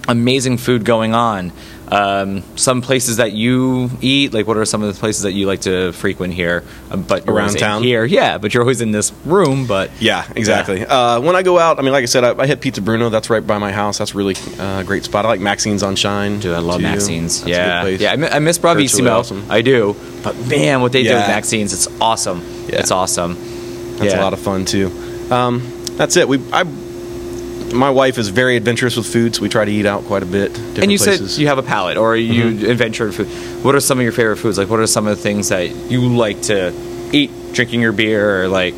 Speaker 2: amazing food going on. Um, some places that you eat, like what are some of the places that you like to frequent here? Um, but you're
Speaker 6: Around
Speaker 2: always in
Speaker 6: town?
Speaker 2: here, yeah. But you're always in this room, but
Speaker 6: Yeah, exactly. Uh, when I go out, I mean, like I said, I, I hit Pizza Bruno. That's right by my house. That's really uh, great spot. I like Maxine's on Shine.
Speaker 2: Dude, I love
Speaker 6: too.
Speaker 2: Maxine's.
Speaker 6: That's a
Speaker 2: yeah,
Speaker 6: good place.
Speaker 2: yeah. I, mi- I miss
Speaker 6: Virtually
Speaker 2: Bravissimo.
Speaker 6: awesome.
Speaker 2: I do, but man, what they do
Speaker 6: Yeah.
Speaker 2: with Maxine's, it's awesome.
Speaker 6: Yeah.
Speaker 2: It's awesome.
Speaker 6: That's
Speaker 2: yeah.
Speaker 6: a lot of fun too. Um, that's it. We, I, my wife is very adventurous with food, so we try to eat out quite a bit. Different
Speaker 2: and you
Speaker 6: places. Mm-hmm.
Speaker 2: said you have a palate, or you adventure in food. What are some of your favorite foods? Like, what are some of the things that you like to eat, drinking your beer, or like?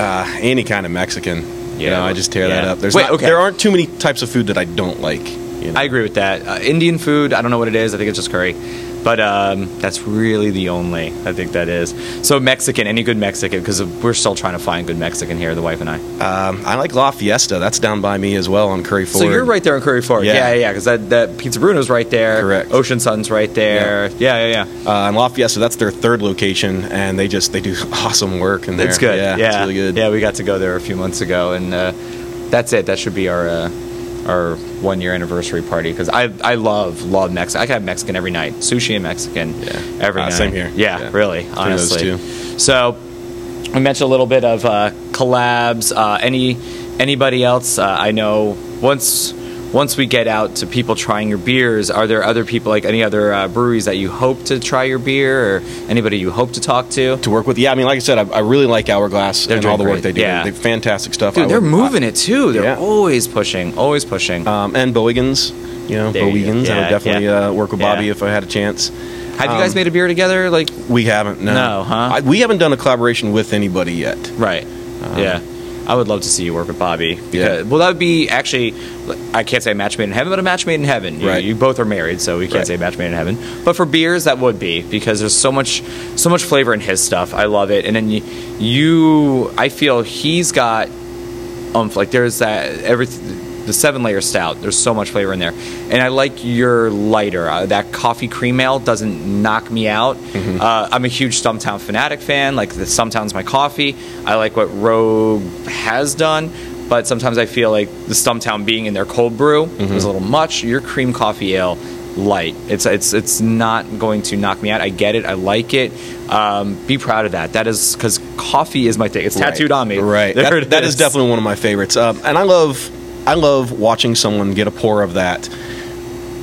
Speaker 6: uh, any kind of Mexican. you
Speaker 2: Yeah,
Speaker 6: know, I just tear that
Speaker 2: yeah.
Speaker 6: up. There's
Speaker 2: Wait,
Speaker 6: not-
Speaker 2: okay.
Speaker 6: there aren't too many types of food that I don't like. You know?
Speaker 2: I agree with that. Uh, Indian food, I don't know what it is. I think it's just curry. But um, that's really the only, I think that is. So, Mexican, any good Mexican, because we're still trying to find good Mexican here, the wife and I.
Speaker 6: um, I like La Fiesta. That's down by me as well on Curry Ford.
Speaker 2: So, you're right there in Curry Ford.
Speaker 6: Yeah.
Speaker 2: Yeah, yeah, because that, that Pizza Bruno's right there.
Speaker 6: Correct.
Speaker 2: Ocean Sun's right there. Yeah, yeah, yeah.
Speaker 6: Uh, and La Fiesta, that's their third location, and they just they do awesome work in there.
Speaker 2: It's good.
Speaker 6: Yeah,
Speaker 2: Yeah,
Speaker 6: it's really good.
Speaker 2: Yeah, we got to go there a few months ago, and uh, that's it. That should be our uh, our one year anniversary party because I I love love Mexican. I can have Mexican every night, sushi and Mexican every
Speaker 6: Uh,
Speaker 2: night.
Speaker 6: same here.
Speaker 2: Yeah,
Speaker 6: Yeah.
Speaker 2: really,
Speaker 6: those
Speaker 2: honestly.
Speaker 6: two.
Speaker 2: So we mentioned a little bit of uh, collabs. Uh, any anybody else? Uh, I know once. Once we get out to people trying your beers, are there other people like any other uh, breweries that you hope to try your beer, or anybody you hope to talk to?
Speaker 6: To work with, yeah, I mean, like I said, I, I really like Hourglass
Speaker 2: They're
Speaker 6: and all the
Speaker 2: doing
Speaker 6: work they
Speaker 2: great.
Speaker 6: do.
Speaker 2: Yeah.
Speaker 6: They, they fantastic stuff. I
Speaker 2: Dude, they're
Speaker 6: would-
Speaker 2: moving it too. They're
Speaker 6: Yeah.
Speaker 2: always pushing, always pushing.
Speaker 6: um, and Bowiegans, you know,
Speaker 2: There you go.
Speaker 6: Bowiegans. I
Speaker 2: Yeah,
Speaker 6: would definitely
Speaker 2: yeah.
Speaker 6: uh, work with
Speaker 2: Yeah.
Speaker 6: Bobby if I had a chance.
Speaker 2: Have you guys
Speaker 6: um,
Speaker 2: made a beer together? Like,
Speaker 6: We haven't, no,
Speaker 2: No, huh?
Speaker 6: I, we haven't done a collaboration with anybody yet.
Speaker 2: right? yeah, I would love to see you work with Bobby. Because,
Speaker 6: Yeah.
Speaker 2: Well, that would be actually, like, I can't say match made in heaven, but a match made in heaven. You,
Speaker 6: Right.
Speaker 2: You both are married, so we can't
Speaker 6: Right.
Speaker 2: say match made in heaven. But for beers, that would be because there's so much, so much flavor in his stuff. I love it. And then you, you I feel he's got umph. Like there's that every the seven layer stout. There's so much flavor in there, and I like your lighter. Uh, that coffee cream ale doesn't knock me out.
Speaker 6: Mm-hmm.
Speaker 2: Uh, I'm a huge Stumptown fanatic fan. Like the Stumptown's my coffee. I like what Rogue has done. But sometimes I feel like the Stumptown being in their cold brew
Speaker 6: Mm-hmm.
Speaker 2: was a little much. Your cream coffee ale, light. It's it's it's not going to knock me out. I get it. I like it. Um, be proud of that. That is because coffee is my thing. It's tattooed
Speaker 6: Right.
Speaker 2: on me.
Speaker 6: Right.
Speaker 2: There
Speaker 6: That-
Speaker 2: it
Speaker 6: that is definitely one of my favorites. Um, and I love, I love watching someone get a pour of that,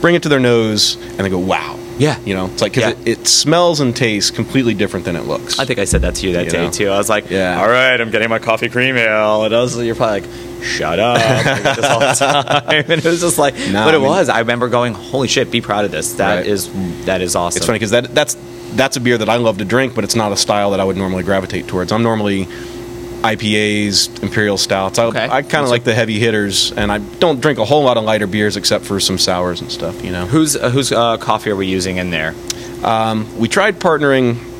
Speaker 6: bring it to their nose, and they go, "Wow."
Speaker 2: Yeah.
Speaker 6: You know, it's like 'cause
Speaker 2: Yeah.
Speaker 6: it, it smells and tastes completely different than it looks.
Speaker 2: I think I said that to you that
Speaker 6: You
Speaker 2: day
Speaker 6: know?
Speaker 2: too. I was like,
Speaker 6: Yeah.
Speaker 2: "All right, I'm getting my coffee cream ale." And I was, you're probably like, "Shut up!" I get this all the time. And it was just like,
Speaker 6: Nah,
Speaker 2: but
Speaker 6: I
Speaker 2: it
Speaker 6: mean-
Speaker 2: was. I remember going, "Holy shit! Be proud of this.
Speaker 6: Right.
Speaker 2: That is that is awesome."
Speaker 6: it's funny because that that's that's a beer that I love to drink, but it's not a style that I would normally gravitate towards. I'm normally IPAs, imperial stouts. I,
Speaker 2: Okay.
Speaker 6: I kind of like the heavy hitters, and I don't drink a whole lot of lighter beers except for some sours and stuff. You know.
Speaker 2: Who's uh, whose uh, coffee are we using in there?
Speaker 6: we tried partnering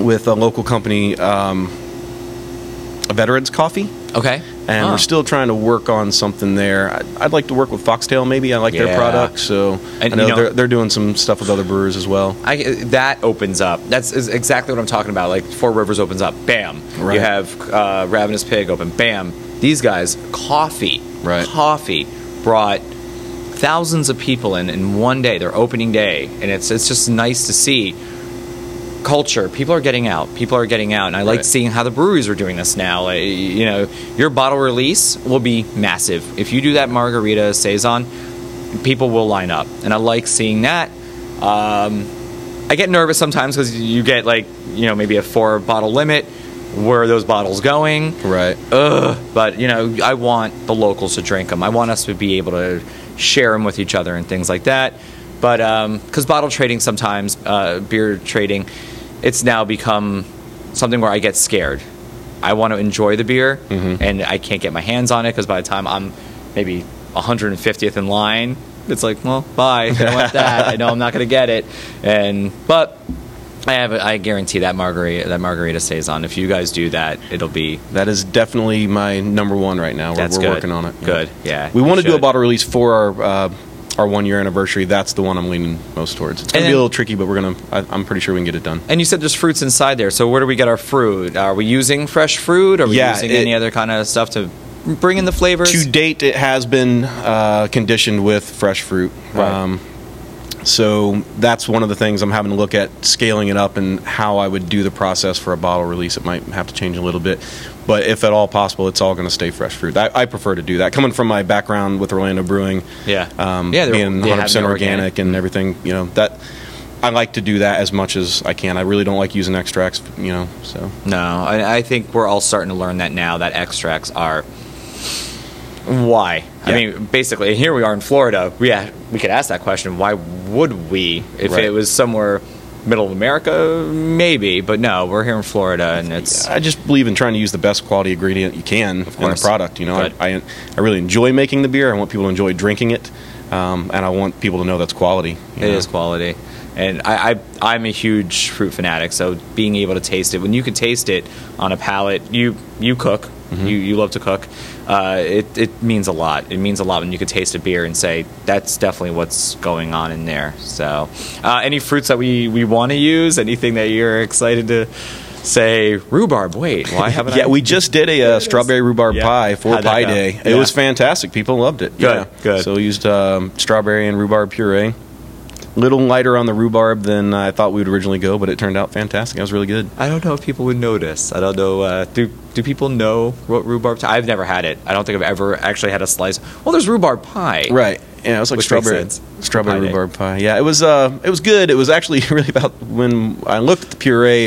Speaker 6: with a local company, um, a Veterans Coffee,
Speaker 2: Okay,
Speaker 6: and we're still trying to work on something there. I'd, I'd like to work with Foxtail, maybe. I like their
Speaker 2: Yeah.
Speaker 6: products, so
Speaker 2: And,
Speaker 6: I know,
Speaker 2: you know-
Speaker 6: they're, they're doing some stuff with other brewers as well.
Speaker 2: I, that opens up. That's is exactly what I'm talking about. Like Four Rivers opens up, bam.
Speaker 6: Right.
Speaker 2: You have uh, Ravenous Pig open, bam. These guys, coffee,
Speaker 6: Right.
Speaker 2: coffee, brought thousands of people in in one day, their opening day, and it's it's just nice to see culture. People are getting out. People are getting out, and I like
Speaker 6: Right.
Speaker 2: seeing how the breweries are doing this now. Uh, You know, your bottle release will be massive if you do that margarita saison. People will line up, and I like seeing that. Um, I get nervous sometimes because you get like you know maybe a four bottle limit. Where are those bottles going?
Speaker 6: Right.
Speaker 2: Ugh. But you know, I want the locals to drink them. I want us to be able to share them with each other and things like that. But because bottle trading sometimes, uh, beer trading, it's now become something where I get scared. I want to enjoy the beer, and I can't get my hands on it because by the time I'm maybe 150th in line, It's like, well, bye. I don't want that. I know I'm not going to get it. And but I have I guarantee that margarita that margarita stays on. If you guys do that, it'll be
Speaker 6: That is definitely my number one right now. We're,
Speaker 2: that's
Speaker 6: we're
Speaker 2: good.
Speaker 6: working on it.
Speaker 2: Good. Yeah.
Speaker 6: We
Speaker 2: you
Speaker 6: want to do a
Speaker 2: should.
Speaker 6: bottle release for our uh, our one year anniversary. That's the one I'm leaning most towards. It's
Speaker 2: And
Speaker 6: gonna be a
Speaker 2: then-
Speaker 6: little tricky, but we're gonna. I, I'm pretty sure we can get it done.
Speaker 2: And you said there's fruits inside there. So where do we get our fruit? Are we using fresh fruit? Are we
Speaker 6: Yeah,
Speaker 2: using
Speaker 6: it-
Speaker 2: any other kind of stuff to bring in the flavors?
Speaker 6: To date, it has been uh, conditioned with fresh fruit. Um,
Speaker 2: Right.
Speaker 6: so that's one of the things I'm having to look at scaling it up and how I would do the process for a bottle release. It might have to change a little bit, but if at all possible, it's all going to stay fresh fruit. I, I prefer to do that. Coming from my background with Orlando Brewing,
Speaker 2: Yeah.
Speaker 6: um,
Speaker 2: Yeah, they're-
Speaker 6: being
Speaker 2: they
Speaker 6: 100
Speaker 2: have
Speaker 6: percent
Speaker 2: the
Speaker 6: organic
Speaker 2: organic.
Speaker 6: and everything, you know that I like to do that as much as I can. I really don't like using extracts, you know. So
Speaker 2: No, I, I think we're all starting to learn that now that extracts are why. I
Speaker 6: Yeah.
Speaker 2: mean, basically, and here we are in Florida. We a- we could ask that question. Why would we if
Speaker 6: Right.
Speaker 2: it was somewhere middle America? Maybe, but no, we're here in Florida, and it's
Speaker 6: I just believe in trying to use the best quality ingredient you can in the
Speaker 2: course.
Speaker 6: product. You know, I,
Speaker 2: Good.
Speaker 6: I I really enjoy making the beer. I want people to enjoy drinking it, um, and I want people to know that's quality. you
Speaker 2: It is
Speaker 6: know.
Speaker 2: quality, and I, I I'm a huge fruit fanatic. So being able to taste it when you can taste it on a palate, you you cook,
Speaker 6: Mm-hmm.
Speaker 2: you you love to cook. Uh, it it means a lot. It means a lot when you can taste a beer and say that's definitely what's going on in there. So, uh, any fruits that we we want to use, anything that you're excited to say, rhubarb. Wait, why haven't
Speaker 6: Yeah,
Speaker 2: I?
Speaker 6: we just did a uh, strawberry rhubarb
Speaker 2: Yeah.
Speaker 6: pie for
Speaker 2: How'd that
Speaker 6: Pie
Speaker 2: go?
Speaker 6: Day. It
Speaker 2: Yeah.
Speaker 6: was fantastic. People loved it.
Speaker 2: Good,
Speaker 6: yeah.
Speaker 2: good.
Speaker 6: So we used um, strawberry and rhubarb puree. Little lighter on the rhubarb than I thought we would originally go, but it turned out fantastic. That was really good.
Speaker 2: I don't know if people would notice. I don't know. Uh, do do people know what rhubarb? T- I've never had it. I don't think I've ever actually had a slice. Well, there's rhubarb pie.
Speaker 6: Right. Yeah, it was like
Speaker 2: Which makes
Speaker 6: strawberry
Speaker 2: sense.
Speaker 6: strawberry
Speaker 2: Pie day.
Speaker 6: rhubarb pie. Yeah, it was uh it was good. It was actually really about when I looked at the puree,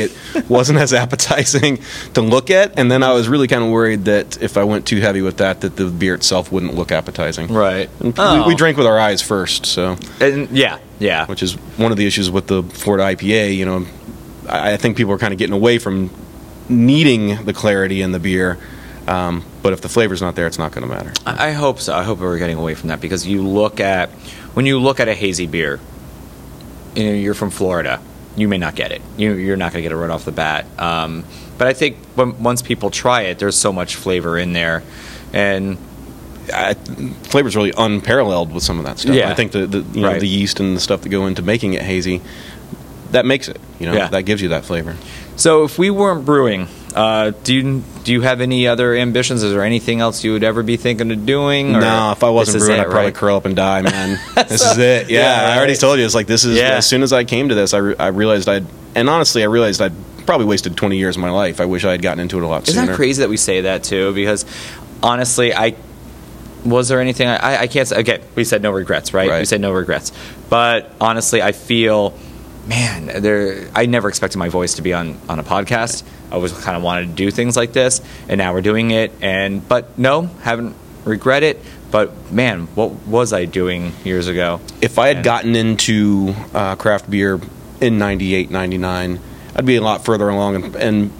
Speaker 6: it wasn't as appetizing to look at, and then I was really kind of worried that if I went too heavy with that that the beer itself wouldn't look appetizing.
Speaker 2: Right. Oh.
Speaker 6: And We, we drank with our eyes first, so
Speaker 2: And yeah, yeah.
Speaker 6: which is one of the issues with the Florida IPA. You know, I, I think people are kind of getting away from needing the clarity in the beer, um, but if the flavor's not there, it's not going to matter.
Speaker 2: I I hope so. I hope we're getting away from that because you look at when you look at a hazy beer, you know, you're from Florida, you may not get it. You, you're not going to get it right off the bat. Um, but I think when, once people try it, there's so much flavor in there, and
Speaker 6: I, flavor's really unparalleled with some of that stuff.
Speaker 2: Yeah.
Speaker 6: I think the the, you know,
Speaker 2: Right.
Speaker 6: the yeast and the stuff that go into making it hazy, that makes it. You know,
Speaker 2: Yeah.
Speaker 6: that gives you that flavor.
Speaker 2: So, if we weren't brewing, uh, do you do you have any other ambitions? Is there anything else you would ever be thinking of doing?
Speaker 6: No,
Speaker 2: or-
Speaker 6: if I wasn't
Speaker 2: This is
Speaker 6: brewing,
Speaker 2: it,
Speaker 6: I'd probably
Speaker 2: right?
Speaker 6: curl up and die, man. this is it. Yeah,
Speaker 2: yeah,
Speaker 6: I already
Speaker 2: right.
Speaker 6: told you. It's like this is.
Speaker 2: Yeah.
Speaker 6: As soon as I came to this, I, re- I realized I'd, and honestly, I realized I'd probably wasted 20 years of my life. I wish I had gotten into it a lot
Speaker 2: Isn't
Speaker 6: sooner.
Speaker 2: that crazy that we say that too? Because honestly, I was there anything I, I, I can't say. Okay, we said no regrets, right? We
Speaker 6: Right.
Speaker 2: said no regrets. But honestly, I feel, man, there. I never expected my voice to be on on a podcast. I always kind of wanted to do things like this, and now we're doing it. And but no, haven't regret it. But man, what was I doing years ago?
Speaker 6: If I had gotten into uh, craft beer in 98, 99, I'd be a lot further along and, and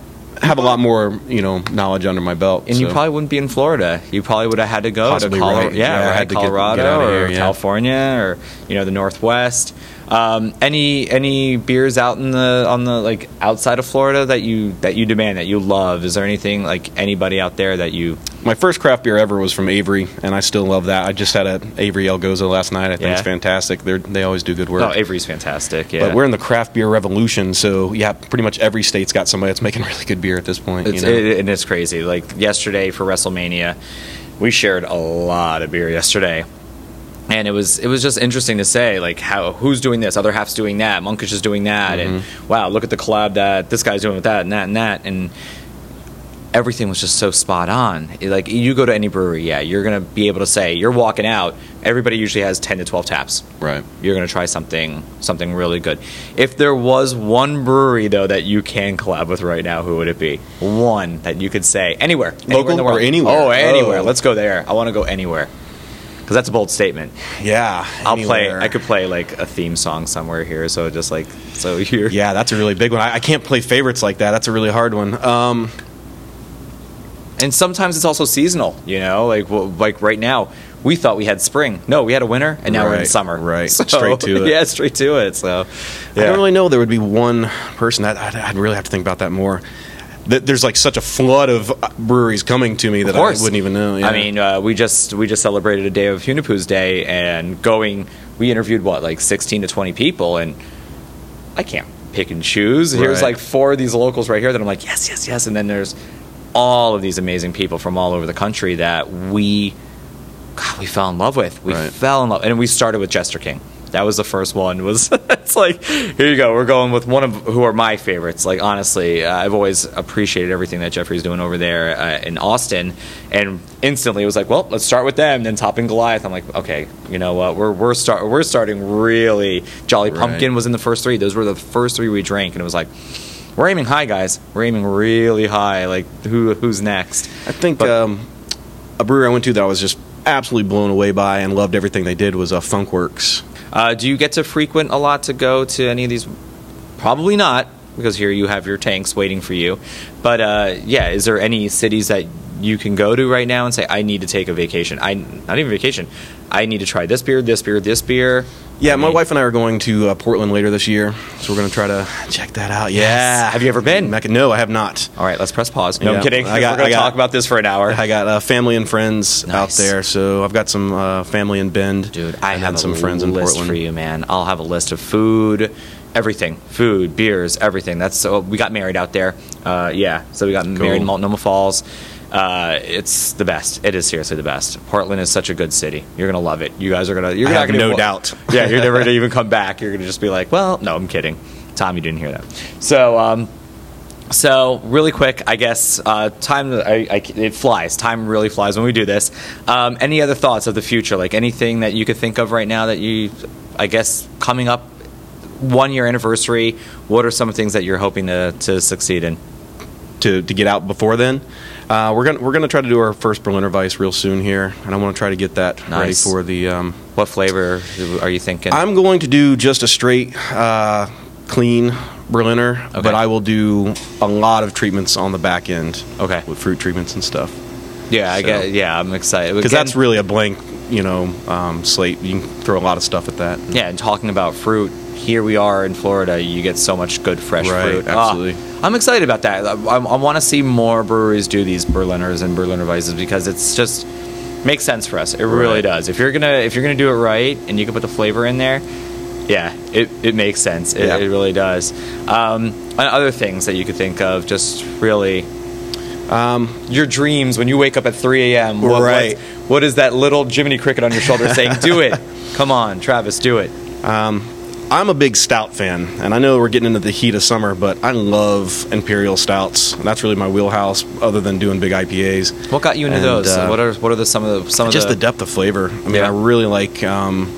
Speaker 6: have a lot more, you know, knowledge under my belt.
Speaker 2: And you
Speaker 6: so.
Speaker 2: probably wouldn't be in Florida. You probably would have had to go
Speaker 6: Possibly
Speaker 2: to Colorado,
Speaker 6: right.
Speaker 2: yeah,
Speaker 6: Yeah,
Speaker 2: or
Speaker 6: I
Speaker 2: had
Speaker 6: had to get- get
Speaker 2: Colorado
Speaker 6: out of
Speaker 2: or
Speaker 6: here, yeah.
Speaker 2: California or you know the Northwest. Um, any any beers out in the on the like outside of Florida that you that you demand that you love? Is there anything like anybody out there that you?
Speaker 6: my first craft beer ever was from Avery, and I still love that. I just had a Avery Elgoza last night. I think it's
Speaker 2: Yeah.
Speaker 6: fantastic. They're, they always do good work.
Speaker 2: Oh, Avery's fantastic. Yeah,
Speaker 6: But we're in the craft beer revolution, so yeah, pretty much every state's got somebody that's making really good beer at this point.
Speaker 2: It's,
Speaker 6: you know?
Speaker 2: it, and it's crazy. Like yesterday for WrestleMania, we shared a lot of beer yesterday, and it was it was just interesting to say like how who's doing this, other half's doing that, Monkish is doing that,
Speaker 6: Mm-hmm.
Speaker 2: and wow, look at the collab that this guy's doing with that and that and that, and everything was just so spot on. It- Like you go to any brewery, yeah, you're gonna be able to say you're walking out. Everybody usually has ten to twelve taps
Speaker 6: right.
Speaker 2: you're going to try something something really good. If there was one brewery though that you can collab with right now, who would it be? One that you could say anywhere, anywhere
Speaker 6: Local
Speaker 2: in the world.
Speaker 6: or anywhere?
Speaker 2: Oh, anywhere.
Speaker 6: Oh.
Speaker 2: Let's go there. I want to go anywhere. Cuz that's a bold statement.
Speaker 6: Yeah.
Speaker 2: I'll play
Speaker 6: anywhere.
Speaker 2: I could play like a theme song somewhere here so just like so you're
Speaker 6: Yeah, that's a really big one. I, I can't play favorites like that. That's a really hard one. Um,
Speaker 2: and sometimes it's also seasonal you know like well, like right now we thought we had spring. No, we had a winter, and now we're in
Speaker 6: Right,
Speaker 2: summer.
Speaker 6: right. Straight to it.
Speaker 2: Yeah, straight to it. So,
Speaker 6: I
Speaker 2: yeah.
Speaker 6: don't really know. There would be one person that I'd, I'd really have to think about that more. That there's like such a flood of uh, breweries coming to me that I
Speaker 2: course.
Speaker 6: wouldn't even know. yeah.
Speaker 2: I mean, uh, we just we just celebrated a day of Hunipoo's Day, and going, we interviewed what like sixteen to twenty people, and I can't pick and choose. Here's
Speaker 6: Right.
Speaker 2: like four of these locals right here that I'm like, yes, yes, yes, and then there's all of these amazing people from all over the country that we God, we fell in love with. We
Speaker 6: Right.
Speaker 2: fell in love, and we started with Jester King. That was the first one. Was it's like here you go. We're going with one of who are my favorites. Like honestly, uh, I've always appreciated everything that Jeffrey's doing over there uh, in Austin, and instantly it was like, well, let's start with them. Then Topping Goliath. I'm like, okay, you know what? We're we're start we're starting really. Jolly Pumpkin was in the first three. Those were the first three we drank, and it was like. We're aiming high, guys. We're aiming really high. Like, who who's next?
Speaker 6: I think um, a brewery I went to that I was just absolutely blown away by and loved everything they did was uh, Funkworks.
Speaker 2: Uh, do you get to frequent a lot to go to any of these? Probably not, because here you have your tanks waiting for you. But uh, yeah, is there any cities that you can go to right now and say, I need to take a vacation? I not even vacation. I need to try this beer, this beer, this beer.
Speaker 6: Yeah, my wife and I are going to uh, Portland later this year, so we're going to try to check that out. Yeah,
Speaker 2: Have you ever been?
Speaker 6: Mecca- no, I have not.
Speaker 2: All right, let's press pause. No,
Speaker 6: Yeah.
Speaker 2: I'm kidding.
Speaker 6: I got-
Speaker 2: We're going
Speaker 6: I
Speaker 2: to
Speaker 6: got-
Speaker 2: talk about this for an hour.
Speaker 6: I got uh, family and friends out
Speaker 2: Nice.
Speaker 6: there, so I've got some uh, family in Bend.
Speaker 2: Dude, I
Speaker 6: I've
Speaker 2: have
Speaker 6: had some
Speaker 2: a
Speaker 6: friends in
Speaker 2: list
Speaker 6: Portland.
Speaker 2: for you, man. I'll have a list of food, everything, food, beers, everything. That's so we got married out there. Uh, yeah, so we got married in Multnomah Falls. Uh, it's the best. It is seriously the best. Portland is such a good city. You're gonna love it. You guys are gonna. You're
Speaker 6: I
Speaker 2: not
Speaker 6: have
Speaker 2: gonna
Speaker 6: no
Speaker 2: wa-
Speaker 6: doubt.
Speaker 2: yeah, you're never gonna even come back. You're gonna just be like, well, no, I'm kidding. Tom, you didn't hear that. So, um, so really quick, I guess uh, time I, I, it flies. Time really flies when we do this. Um, any other thoughts of the future? Like anything that you could think of right now that you, I guess, coming up one year anniversary. What are some things that you're hoping to to succeed in?
Speaker 6: to, to get out before then. Uh, we're gonna we're gonna try to do our first Berliner Weiss real soon here, and I want to try to get that ready
Speaker 2: Nice.
Speaker 6: for the. Um,
Speaker 2: What flavor are you thinking?
Speaker 6: I'm going to do just a straight uh, clean Berliner, but I will do a lot of treatments on the back end.
Speaker 2: Okay.
Speaker 6: with fruit treatments and stuff,
Speaker 2: yeah, I
Speaker 6: so-
Speaker 2: get. Yeah, I'm excited
Speaker 6: because
Speaker 2: Again-
Speaker 6: that's really a blank you know um, slate. You can throw a lot of stuff at that.
Speaker 2: Yeah, and talking about fruit, here we are in Florida. You get so much good fresh
Speaker 6: Right,
Speaker 2: fruit.
Speaker 6: absolutely.
Speaker 2: Ah, I'm excited about that. I, I, I want to see more breweries do these Berliners and Berliner Weisses because it's just makes sense for us. It really
Speaker 6: Right.
Speaker 2: does. If you're gonna if you're gonna do it right and you can put the flavor in there, yeah, it, it makes sense. It,
Speaker 6: Yeah.
Speaker 2: it really does. Um, and other things that you could think of, just really. Your dreams when you wake up at 3 a.m. What,
Speaker 6: Right.
Speaker 2: what- what is that little Jiminy Cricket on your shoulder saying? Do it. Come on, Travis, do it.
Speaker 6: I'm a big stout fan, and I know we're getting into the heat of summer, but I love imperial stouts. And that's really my wheelhouse, other than doing big IPAs.
Speaker 2: What got you into
Speaker 6: And,
Speaker 2: those?
Speaker 6: uh,
Speaker 2: what are what are the some of the some
Speaker 6: just the,
Speaker 2: of the,
Speaker 6: depth of flavor. I mean,
Speaker 2: Yeah.
Speaker 6: I really like um,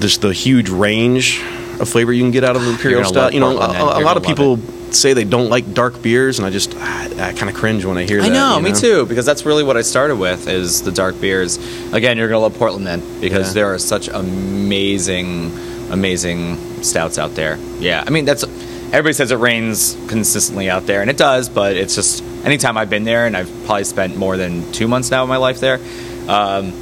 Speaker 6: just the huge range of flavor you can get out of the imperial
Speaker 2: gonna
Speaker 6: stout.
Speaker 2: love
Speaker 6: You know, a,
Speaker 2: Portland, man.
Speaker 6: a- a
Speaker 2: You're
Speaker 6: lot of
Speaker 2: gonna love
Speaker 6: people say they don't like dark beers, and I just I, I kind of cringe when I hear
Speaker 2: I
Speaker 6: that.
Speaker 2: know,
Speaker 6: you
Speaker 2: me too, because that's really what I started with is the dark beers. Again, you're gonna love Portland then because
Speaker 6: Yeah.
Speaker 2: there are such amazing, amazing stouts out there. Yeah, I mean that's everybody says it rains consistently out there, and it does, but it's just anytime I've been there, and I've probably spent more than two months now of my life there. Um,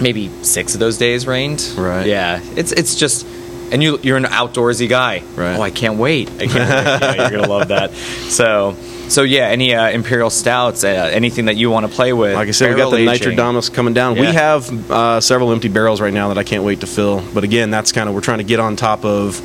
Speaker 2: maybe six of those days rained.
Speaker 6: Right.
Speaker 2: Yeah. It's it's just, and you you're an outdoorsy guy.
Speaker 6: Right.
Speaker 2: Oh, I can't wait. I can't wait. Yeah, you're gonna love that. So. So yeah, any uh, imperial stouts, uh, anything that you want to play with.
Speaker 6: Like I said, we got the
Speaker 2: barrel
Speaker 6: Nitro
Speaker 2: aging.
Speaker 6: Domus coming down. We
Speaker 2: Yeah.
Speaker 6: have uh, several empty barrels right now that I can't wait to fill. But again, that's kind of we're trying to get on top of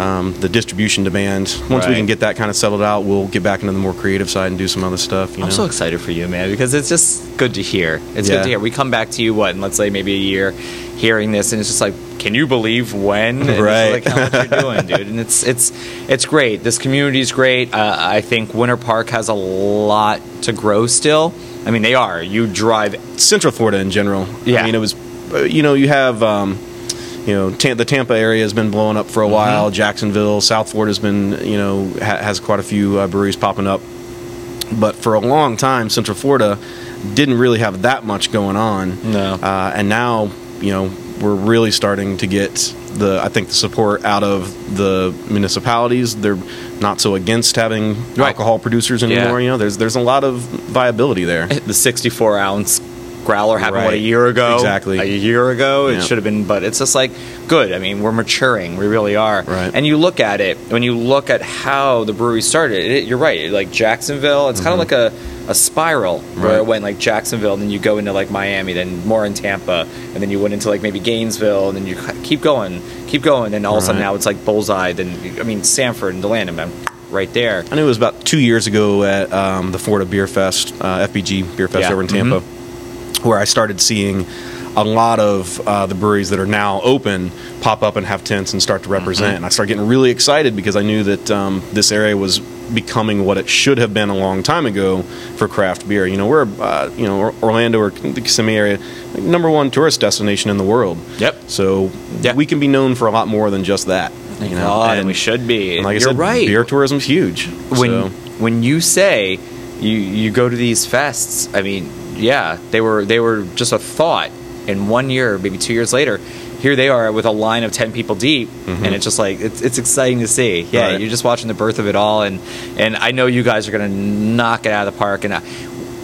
Speaker 6: um, the distribution demand. Once we
Speaker 2: Right.
Speaker 6: can get that kind of settled out, we'll get back into the more creative side and do some other stuff. You
Speaker 2: I'm
Speaker 6: know?
Speaker 2: so excited for you, man, because it's just good to hear. It's good
Speaker 6: Yeah.
Speaker 2: to hear. We come back to you, what, in let's say maybe a year, hearing this, and it's just like, can you believe when? And it's
Speaker 6: Right.
Speaker 2: like how much you're doing, dude. And it's it's it's great. This community is great. Uh, I think Winter Park has a lot to grow still. I mean, they are. You drive
Speaker 6: Central Florida in general.
Speaker 2: Yeah.
Speaker 6: I mean, it was, uh, you know, you have, um, you know, Tam- the Tampa area has been blowing up
Speaker 2: Mm-hmm.
Speaker 6: for a while. Jacksonville, South Florida's been, you know, ha- has quite a few uh, breweries popping up. But for a long time, Central Florida didn't really have that much going on.
Speaker 2: No.
Speaker 6: Uh, and now, you know, we're really starting to get the, I think, the support out of the municipalities. They're not so against having
Speaker 2: Right.
Speaker 6: alcohol producers anymore. You know, there's there's a lot of viability there.
Speaker 2: the 64 ounce
Speaker 4: growler happened what a
Speaker 6: Right.
Speaker 4: year ago,
Speaker 6: Exactly.
Speaker 4: a year ago.
Speaker 6: Yeah.
Speaker 4: It should have been, but it's just like good. I mean, we're maturing. We really are.
Speaker 6: Right.
Speaker 4: And you look at it when you look at how the brewery started. It, you're right. Like Jacksonville, it's kind of like a a spiral where it
Speaker 6: Mm-hmm. Right.
Speaker 4: went like Jacksonville, then you go into like Miami, then more in Tampa, and then you went into like maybe Gainesville, and then you keep going, keep going, and all of a sudden
Speaker 6: Right.
Speaker 4: now it's like Bullseye. Then I mean Sanford and Delandham, I'm right there.
Speaker 6: I knew it was about two years ago at um, the Florida Beer Fest, uh, FBG Beer Fest
Speaker 4: Yeah. Mm-hmm.
Speaker 6: over in Tampa, where I started seeing a lot of uh, the breweries that are now open pop up and have tents and
Speaker 4: Mm-hmm.
Speaker 6: start to represent. And I started getting really excited because I knew that um, this area was becoming what it should have been a long time ago for craft beer. You know, we're uh, you know Or- Orlando or the Kissimmee area, number one tourist destination in the world.
Speaker 4: Yep.
Speaker 6: So
Speaker 4: Yeah.
Speaker 6: we can be known for a lot more than just that. You know,
Speaker 4: God, and, we should be.
Speaker 6: and like
Speaker 4: You're
Speaker 6: I said,
Speaker 4: right.
Speaker 6: beer tourism's huge.
Speaker 4: when
Speaker 6: so.
Speaker 4: when you say you you go to these fests, I mean, yeah, they were they were just a thought, and one year, maybe two years later, here they are with a line of ten people deep, and it's just like it's it's exciting to see. Yeah,
Speaker 6: Mm-hmm. Right.
Speaker 4: you're just watching the birth of it all, and and I know you guys are gonna knock it out of the park, and. I,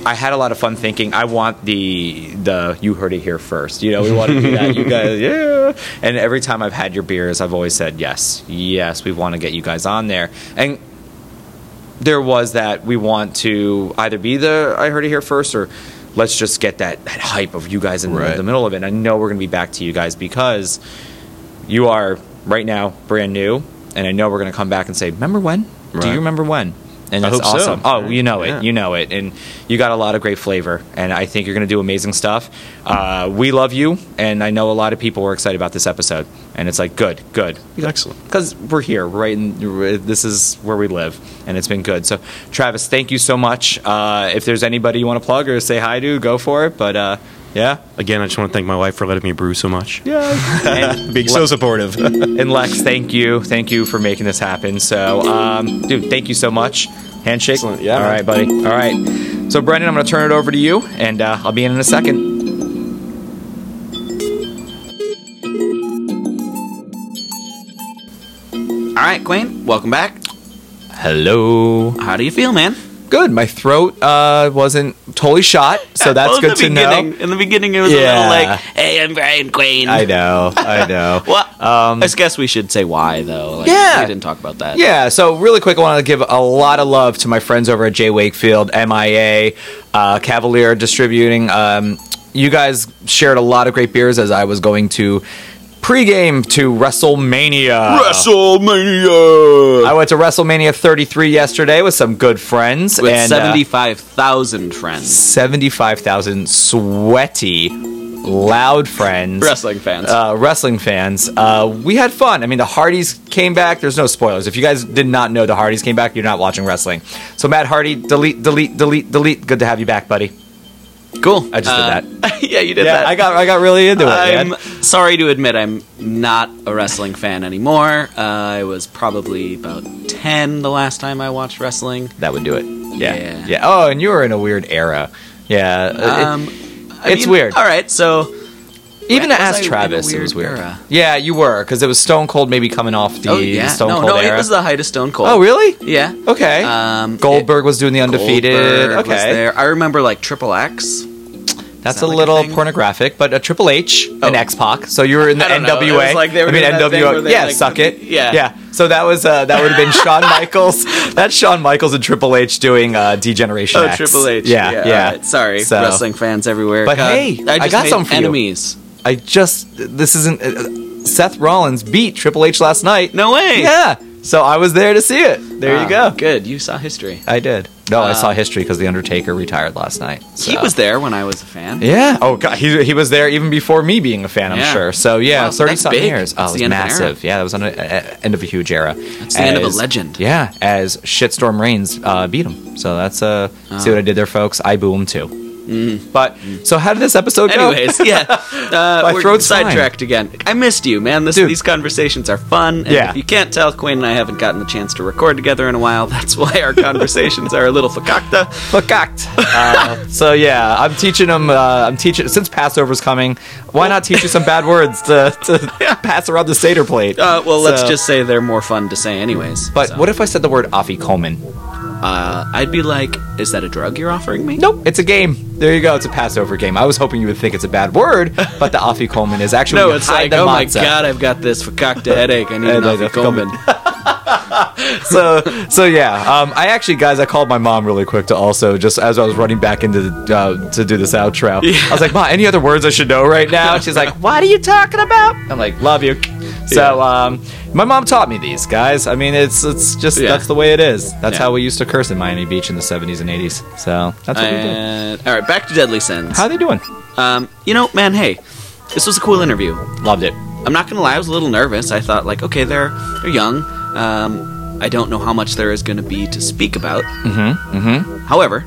Speaker 4: I had a lot of fun thinking. I want the the you heard it here first. You know, we want to do that. You guys, yeah. And every time I've had your beers, I've always said yes, yes. We want to get you guys on there. And there was that we want to either be the I heard it here first or let's just get that, that hype of you guys in the-
Speaker 6: Right.
Speaker 4: the middle of it. And I know we're going to be back to you guys because you are right now brand new, and I know we're going to come back and say, "Remember when? Do
Speaker 6: Right.
Speaker 4: you remember when?" And
Speaker 6: I
Speaker 4: that's
Speaker 6: hope so.
Speaker 4: awesome. Oh, you know it.
Speaker 6: Yeah.
Speaker 4: You know it. And you got a lot of great flavor, and I think you're going to do amazing stuff. Uh, we love you, and I know a lot of people were excited about this episode. And it's like, good, good
Speaker 6: Excellent.
Speaker 4: because we're here, right? And this is where we live, and it's been good. So, Travis, thank you so much. Uh, if there's anybody you want to plug or say hi to, go for it. But uh, yeah,
Speaker 6: Again, I just want to thank my wife for letting me brew so much.
Speaker 4: and,
Speaker 6: Being so supportive.
Speaker 4: and Lex, thank you, thank you for making this happen. So, um, dude, thank you so much. Handshake.
Speaker 6: Excellent. Yeah,
Speaker 4: All
Speaker 6: man.
Speaker 4: right, buddy. All right. So, Brendan, I'm going to turn it over to you, and uh, I'll be in in a second.
Speaker 3: All right, Quayne, welcome back.
Speaker 2: Hello.
Speaker 3: How do you feel, man?
Speaker 2: Good. My throat uh, wasn't totally shot, so that's
Speaker 3: Well, in
Speaker 2: good
Speaker 3: the
Speaker 2: to know.
Speaker 3: beginning- In the beginning, it was
Speaker 2: Yeah.
Speaker 3: a little like, "Hey, I'm Brian Quayne."
Speaker 2: I know. I know. Um,
Speaker 3: Well, I just guess we should say why though. Like,
Speaker 2: Yeah.
Speaker 3: we didn't talk about that.
Speaker 2: Yeah, so really quick, I want to give a lot of love to my friends over at Jay Wakefield, MIA, uh, Cavalier Distributing. Um, you guys shared a lot of great beers as I was going to pregame to WrestleMania.
Speaker 6: WrestleMania!
Speaker 2: I went to WrestleMania 33 yesterday with some good friends.
Speaker 3: with
Speaker 2: and, uh,
Speaker 3: seventy-five thousand friends,
Speaker 2: 75,000 sweaty, loud friends.
Speaker 3: wrestling fans.
Speaker 2: uh, wrestling fans, uh, we had fun. I mean, the Hardys came back. There's no spoilers. If you guys did not know the Hardys came back, you're not watching wrestling. So Matt Hardy, delete, delete, delete, delete. Good to have you back, buddy.
Speaker 3: cool.
Speaker 2: I just did
Speaker 3: that. yeah, you did
Speaker 2: Yeah,
Speaker 3: that.
Speaker 2: I got, I got really into it. man.
Speaker 3: I'm sorry to admit I'm not a wrestling fan anymore. Uh, I was probably about 10 the last time I watched wrestling.
Speaker 2: That would do it. Yeah.
Speaker 3: Yeah.
Speaker 2: yeah, Oh, and you were in a weird era. Yeah, Uh, it-
Speaker 3: Um, I
Speaker 2: it's
Speaker 3: mean,
Speaker 2: weird.
Speaker 3: All right, so
Speaker 2: even
Speaker 3: was
Speaker 2: to
Speaker 3: I
Speaker 2: ask
Speaker 3: in a
Speaker 2: Travis, it
Speaker 3: weird
Speaker 2: was weird.
Speaker 3: era?
Speaker 2: Yeah, you were because it was Stone Cold maybe coming off the
Speaker 3: oh yeah,
Speaker 2: Stone
Speaker 3: no,
Speaker 2: Cold
Speaker 3: no,
Speaker 2: era.
Speaker 3: it was the height of Stone Cold.
Speaker 2: oh, really?
Speaker 3: Yeah.
Speaker 2: Okay.
Speaker 3: Um,
Speaker 2: Goldberg was doing the
Speaker 3: it-
Speaker 2: undefeated.
Speaker 3: Goldberg
Speaker 2: okay,
Speaker 3: was there. I remember like Triple X.
Speaker 2: That's a
Speaker 3: that like a
Speaker 2: little
Speaker 3: thing?
Speaker 2: pornographic, but a Triple H
Speaker 3: Oh.
Speaker 2: and X Pac. So you were in the
Speaker 3: I don't know. It
Speaker 2: NWA.
Speaker 3: was like they were
Speaker 2: I mean
Speaker 3: doing that thing where
Speaker 2: NWA.
Speaker 3: they,
Speaker 2: Yeah,
Speaker 3: like,
Speaker 2: suck it.
Speaker 3: yeah.
Speaker 2: yeah. So that was uh, that would have been Shawn Michaels. That's Shawn Michaels and Triple H doing uh, Degeneration.
Speaker 3: Oh,
Speaker 2: X.
Speaker 3: Triple H.
Speaker 2: Yeah, yeah.
Speaker 3: all right. Sorry,
Speaker 2: So-
Speaker 3: wrestling fans everywhere.
Speaker 2: But
Speaker 3: God,
Speaker 2: hey,
Speaker 3: I,
Speaker 2: I
Speaker 3: just
Speaker 2: got
Speaker 3: made
Speaker 2: something for you.
Speaker 3: enemies.
Speaker 2: I just this isn't. Uh, Seth Rollins beat Triple H last night.
Speaker 3: No way.
Speaker 2: Yeah. So I was there to see it. There you go.
Speaker 3: Ah, Good, you saw history.
Speaker 2: I did. No, I saw history because the Undertaker retired last night.
Speaker 3: He
Speaker 2: so.
Speaker 3: was there when I was a fan.
Speaker 2: Yeah. Oh god, he, he was there even before me being a fan. I'm
Speaker 3: Yeah.
Speaker 2: sure. So yeah,
Speaker 3: Wow,
Speaker 2: thirty
Speaker 3: that's
Speaker 2: something
Speaker 3: big.
Speaker 2: years.
Speaker 3: That's
Speaker 2: Oh, it
Speaker 3: the
Speaker 2: was
Speaker 3: end of an era.
Speaker 2: massive. Yeah, that was on a, a- end of a huge era. It's
Speaker 3: the end of a legend.
Speaker 2: Yeah, as Shitstorm Reigns uh, beat him. So that's uh, see what
Speaker 3: Oh.
Speaker 2: I did there, folks. I boo him too. But so how did this episode go?
Speaker 3: Mm-hmm. Anyways, yeah. Uh,
Speaker 2: My
Speaker 3: we're
Speaker 2: throat's
Speaker 3: sidetracked again. I missed you, man. This,
Speaker 2: Dude.
Speaker 3: these conversations are fun. And
Speaker 2: Yeah.
Speaker 3: If you can't tell, Quinn and I haven't gotten the chance to record together in a while. That's why our conversations are a little fakakta.
Speaker 2: Fucked. Uh, so yeah, I'm teaching him. Uh, I'm teaching since Passover's coming. Why not teach you some bad words to, to pass around the seder plate?
Speaker 3: Uh, well, let's
Speaker 2: So-
Speaker 3: just say they're more fun to say, anyways.
Speaker 2: But
Speaker 3: so.
Speaker 2: what if I said the word Afi Coleman?
Speaker 3: uh, I'd be like, "Is that a drug you're offering me?"
Speaker 2: Nope, it's a game. There you go. It's a Passover game. I was hoping you would think it's a bad word, but the Afi Coleman is actually
Speaker 3: No,
Speaker 2: we
Speaker 3: it's
Speaker 2: hide
Speaker 3: like,
Speaker 2: the
Speaker 3: oh my
Speaker 2: matzah."
Speaker 3: god, I've got this fakakta headache. I need an
Speaker 2: Headache,
Speaker 3: Afi Coleman.
Speaker 2: so so yeah um, i actually guys i called my mom really quick to also just as i was running back into the, uh, to do this outro i was like mom any other words i should know right now she's like what are you talking about i'm like love you so um, my mom taught me these guys i mean it's it's just
Speaker 3: Yeah.
Speaker 2: that's the way it is that's
Speaker 3: Yeah.
Speaker 2: how we used to curse in miami beach in the 70s and 80s so that's what we did
Speaker 3: And, all right, back to Deadly Sins.
Speaker 2: how are they doing
Speaker 3: Um, you know, man, hey, this was a cool interview.
Speaker 2: loved it
Speaker 3: I'm not gonna lie, I was a little nervous. I thought like, okay, they're they're young. Um, I don't know how much there is gonna be to speak about. Mm-hmm. Mm-hmm. However,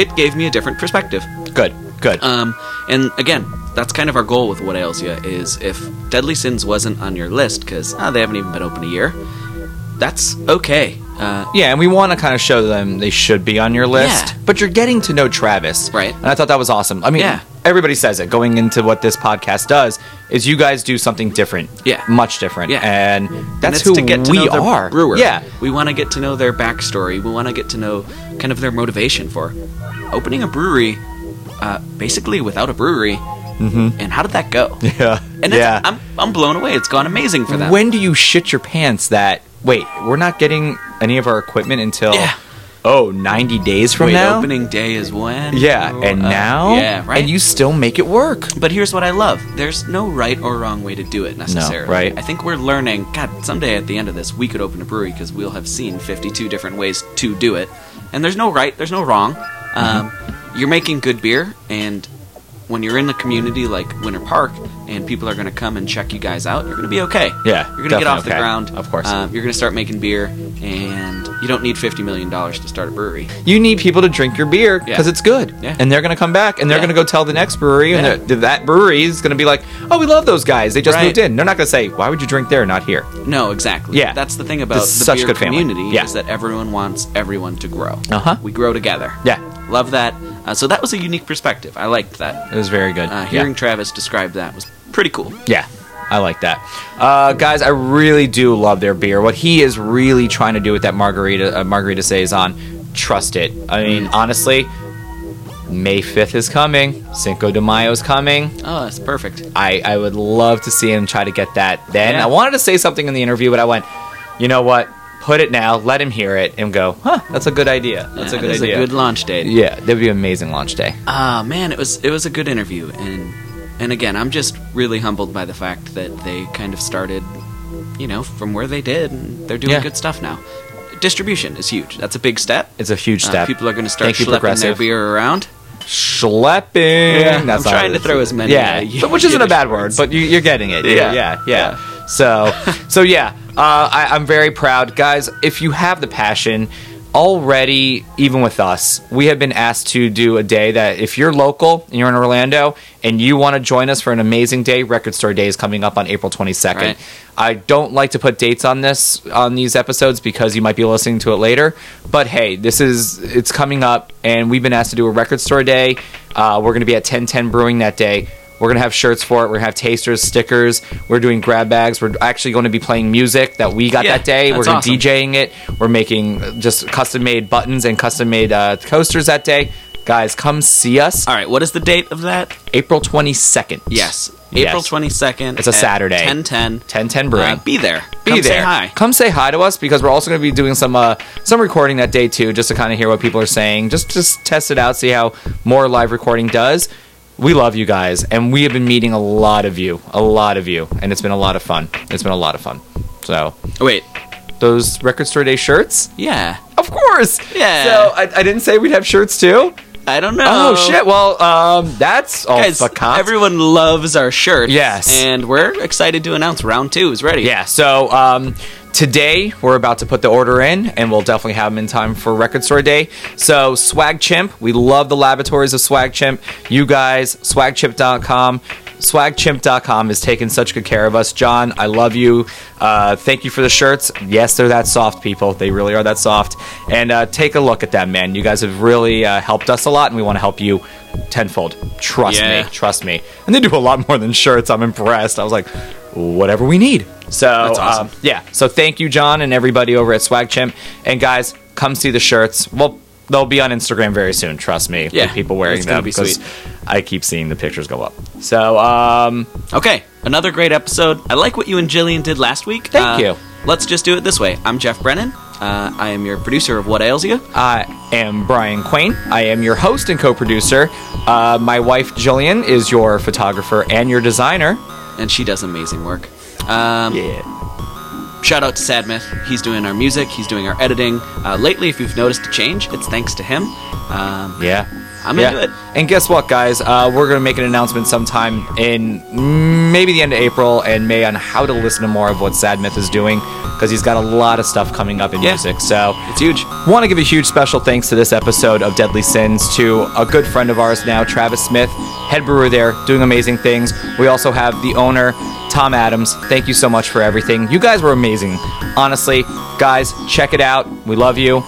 Speaker 3: it gave me a different perspective.
Speaker 2: good good
Speaker 3: Um, and again, that's kind of our goal with What Ails Ya is if Deadly Sins wasn't on your list because they haven't even been open a year, that's okay. Uh,
Speaker 2: Yeah, and we want to kind of show them they should be on your list.
Speaker 3: Yeah.
Speaker 2: But you're getting to know Travis.
Speaker 3: Right.
Speaker 2: And I thought that was awesome. I mean,
Speaker 3: Yeah.
Speaker 2: everybody says it going into what this podcast does is you guys do something different.
Speaker 3: Yeah.
Speaker 2: Much different.
Speaker 3: Yeah.
Speaker 2: And
Speaker 3: and
Speaker 2: that's
Speaker 3: it's
Speaker 2: who
Speaker 3: to get to
Speaker 2: we
Speaker 3: know their
Speaker 2: are.
Speaker 3: brewer.
Speaker 2: Yeah.
Speaker 3: we want to get to know their backstory. We want to get to know kind of their motivation for opening a brewery, uh, basically without a brewery. Mm-hmm. And how did that go?
Speaker 2: Yeah.
Speaker 3: And it's,
Speaker 2: yeah.
Speaker 3: I'm I'm blown away. It's gone amazing for them.
Speaker 2: when do you shit your pants that wait, we're not getting any of our equipment until
Speaker 3: Yeah.
Speaker 2: oh, 90 days from
Speaker 3: Wait,
Speaker 2: now?
Speaker 3: opening day is when?
Speaker 2: yeah,
Speaker 3: Oh,
Speaker 2: and
Speaker 3: uh,
Speaker 2: now
Speaker 3: Yeah, right.
Speaker 2: and you still make it work.
Speaker 3: But here's what I love there's no right or wrong way to do it necessarily.
Speaker 2: right.
Speaker 3: I think we're learning. God, someday at the end of this, we could open a brewery because we'll have seen 52 different ways to do it. And there's no right, there's no wrong.
Speaker 2: Mm-hmm.
Speaker 3: Um, you're making good beer, and when you're in the community like Winter Park and people are going to come and check you guys out, you're going to be okay.
Speaker 2: Yeah,
Speaker 3: You're going to
Speaker 2: definitely
Speaker 3: get off the
Speaker 2: okay.
Speaker 3: ground.
Speaker 2: Of course.
Speaker 3: Um, you're going to start making beer, and you don't need $50 million to start a brewery.
Speaker 2: you need people to drink your beer because
Speaker 3: Yeah.
Speaker 2: it's good
Speaker 3: Yeah.
Speaker 2: and they're going to come back and they're
Speaker 3: Yeah.
Speaker 2: going to go tell the next brewery
Speaker 3: Yeah.
Speaker 2: and they're- that brewery is going to be like oh we love those guys they just
Speaker 3: Right.
Speaker 2: moved in they're not going to say why would you drink there not here
Speaker 3: No, exactly.
Speaker 2: Yeah.
Speaker 3: that's the thing about
Speaker 2: This is
Speaker 3: the
Speaker 2: such
Speaker 3: beer
Speaker 2: good family.
Speaker 3: community
Speaker 2: Yeah.
Speaker 3: is that everyone wants everyone to grow.
Speaker 2: Uh-huh.
Speaker 3: We grow together.
Speaker 2: Yeah.
Speaker 3: love that. Uh, so that was a unique perspective. I liked that.
Speaker 2: it was very good
Speaker 3: Uh,
Speaker 2: yeah.
Speaker 3: hearing Travis describe that was pretty cool.
Speaker 2: Yeah, I like that. Uh, guys, I really do love their beer. What he is really trying to do with that margarita uh, margarita saison, trust it. I
Speaker 3: Mm.
Speaker 2: mean, honestly, May 5th is coming. Cinco de Mayo is coming.
Speaker 3: Oh, that's perfect.
Speaker 2: I, I would love to see him try to get that then.
Speaker 3: Yeah.
Speaker 2: I wanted to say something in the interview, but I went, you know what? Put it now, let him hear it, and go, huh, that's a good idea. That's
Speaker 3: Yeah,
Speaker 2: a good
Speaker 3: it was
Speaker 2: idea.
Speaker 3: A good launch date.
Speaker 2: yeah, that would be an amazing launch day.
Speaker 3: Ah, man, it was it was a good interview, and and again, I'm just really humbled by the fact that they kind of started, you know, from where they did, and they're doing
Speaker 2: Yeah.
Speaker 3: good stuff now. Distribution is huge. That's a big step.
Speaker 2: It's a huge
Speaker 3: Uh,
Speaker 2: step.
Speaker 3: people are going to start
Speaker 2: Thank you,
Speaker 3: schlepping their
Speaker 2: Progressive.
Speaker 3: beer around.
Speaker 2: Schlepping.
Speaker 3: Yeah,
Speaker 2: That's
Speaker 3: I'm
Speaker 2: all
Speaker 3: trying
Speaker 2: it
Speaker 3: to
Speaker 2: is.
Speaker 3: throw as many,
Speaker 2: Yeah,
Speaker 3: uh,
Speaker 2: but- which isn't a
Speaker 3: Yiddish
Speaker 2: bad word,
Speaker 3: words.
Speaker 2: but you, you're getting it. Yeah, yeah,
Speaker 3: Yeah.
Speaker 2: yeah. So, so yeah, uh, I, I'm very proud, guys. If you have the passion. Already, even with us, we have been asked to do a day that if you're local and you're in Orlando and you want to join us for an amazing day, Record Store Day is coming up on April 22nd.
Speaker 3: Right.
Speaker 2: I don't like to put dates on this on these episodes because you might be listening to it later. But hey, this is it's coming up, and we've been asked to do a record store day. Uh, we're going to be at 1010 Brewing that day. We're going to have shirts for it. We're going to have tasters, stickers. We're doing grab bags. We're actually going to be playing music that we got
Speaker 3: Yeah,
Speaker 2: that day. We're
Speaker 3: that's
Speaker 2: going to
Speaker 3: awesome.
Speaker 2: DJing it. We're making uh, just custom made buttons and custom made uh, coasters that day. Guys, come see us
Speaker 3: All right, what is the date of that?
Speaker 2: April 22nd.
Speaker 3: Yes,
Speaker 2: Yes.
Speaker 3: April twenty second.
Speaker 2: It's a Saturday.
Speaker 3: Ten ten. Uh,
Speaker 2: 1010 Brewing.
Speaker 3: be there.
Speaker 2: be
Speaker 3: Come
Speaker 2: there.
Speaker 3: Say hi.
Speaker 2: Come say hi to us because we're also going to be doing some uh, some recording that day too, just to kind of hear what people are saying. Just just test it out, see how more live recording does. We love you guys, and we have been meeting a lot of you, a lot of you, and it's been a lot of fun. It's been a lot of fun. So
Speaker 3: Wait.
Speaker 2: those record store day shirts,
Speaker 3: Yeah.
Speaker 2: of course.
Speaker 3: Yeah.
Speaker 2: So I, I didn't say we'd have shirts too.
Speaker 3: I don't know.
Speaker 2: Oh, shit. Well, um, that's all.
Speaker 3: Guys,
Speaker 2: fucked.
Speaker 3: everyone loves our shirts.
Speaker 2: Yes.
Speaker 3: And we're excited to announce round two is ready.
Speaker 2: Yeah. So um, today we're about to put the order in, and we'll definitely have them in time for Record Store Day. So Swag Chimp, we love the laboratories of Swag Chimp. You guys, swagchimp.com. Swagchimp.com is taking such good care of us. John, I love you. Uh, thank you for the shirts. Yes, they're that soft, people. They really are that soft. And uh, take a look at that, man. You guys have really uh, helped us a lot, and we want to help you tenfold. Trust
Speaker 3: Yeah.
Speaker 2: me. Trust me. And they do a lot more than shirts. I'm impressed. I was like, whatever we need. So
Speaker 3: That's awesome.
Speaker 2: um, yeah. So thank you, John, and everybody over at Swag Chimp. And guys, Come see the shirts. Well, they'll be on Instagram very soon. Trust me. with
Speaker 3: Yeah,
Speaker 2: people wearing
Speaker 3: it's gonna
Speaker 2: them
Speaker 3: be
Speaker 2: because
Speaker 3: sweet.
Speaker 2: I keep seeing the pictures go up. So, um,
Speaker 3: Okay, another great episode. I like what you and Jillian did last week. Uh,
Speaker 2: Thank you.
Speaker 3: Let's just do it this way. I'm Jeff Brennan. Uh, I am your producer of What Ails You.
Speaker 2: I am Brian Quain. I am your host and co-producer. Uh, my wife Jillian is your photographer and your designer.
Speaker 3: and she does amazing work. Um,
Speaker 2: Yeah.
Speaker 3: Shout out to Sadmith. He's doing our music. He's doing our editing. Uh, lately, if you've noticed a change, it's thanks to him. Um,
Speaker 2: Yeah.
Speaker 3: I'm
Speaker 2: yeah.
Speaker 3: into it.
Speaker 2: And guess what, guys? Uh, we're going to make an announcement sometime in maybe the end of April and May on how to listen to more of what Sad Myth is doing because he's got a lot of stuff coming up in
Speaker 3: Yeah.
Speaker 2: music. So
Speaker 3: It's huge.
Speaker 2: Want to give a huge special thanks to this episode of Deadly Sins to a good friend of ours now, Travis Smith, head brewer there, doing amazing things. We also have the owner, Tom Adams. Thank you so much for everything. You guys were amazing. Honestly, guys, check it out. We love you.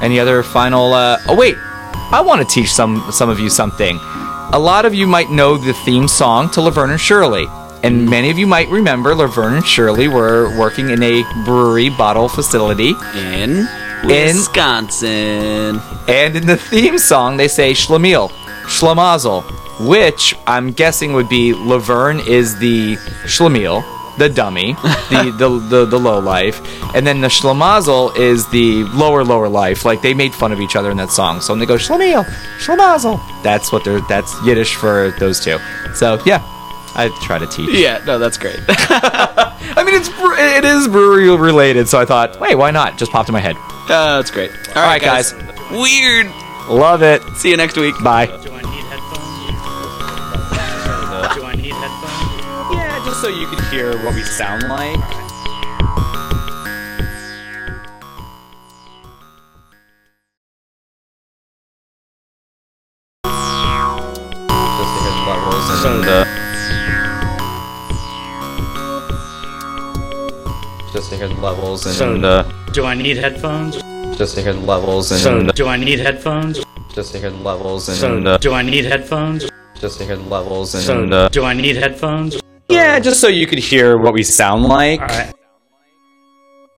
Speaker 2: Any other final uh Oh wait. I want to teach some some of you something. A lot of you might know the theme song to Laverne and Shirley. And many of you might remember Laverne and Shirley were working in a brewery bottle facility.
Speaker 3: In
Speaker 2: In-
Speaker 3: Wisconsin.
Speaker 2: And in the theme song, they say Schlemiel, Schlemazel, which I'm guessing would be Laverne is the Schlemiel, the dummy, the, the, the, the low life. And then the Schlemazel is the lower, lower life. Like they made fun of each other in that song. So when they go Schlemiel, Schlemazel, that's what they're, that's Yiddish for those two. So yeah, I try to teach.
Speaker 3: Yeah, no, that's great.
Speaker 2: I mean, it's, bre- it is brewery related. So I thought, wait, why not? Just popped in my head.
Speaker 3: Uh, that's great. All
Speaker 2: right,
Speaker 3: right, guys. Weird.
Speaker 2: Love it.
Speaker 3: See you next week.
Speaker 2: Bye.
Speaker 7: Do I need headphones? Do I need headphones?
Speaker 2: Yeah, just so you can hear what we sound like.
Speaker 6: And, uh,
Speaker 4: Just to hear the levels and,
Speaker 7: So-
Speaker 4: uh,
Speaker 7: Do I need headphones?
Speaker 4: just to hear the levels and,
Speaker 7: So
Speaker 4: uh,
Speaker 7: do I need headphones?
Speaker 4: just to hear the levels and,
Speaker 7: So
Speaker 4: uh,
Speaker 7: do I need headphones?
Speaker 4: just to hear the levels and,
Speaker 7: So
Speaker 4: uh,
Speaker 7: do I need headphones?
Speaker 2: Yeah, just so you could hear what we sound like.
Speaker 7: All right.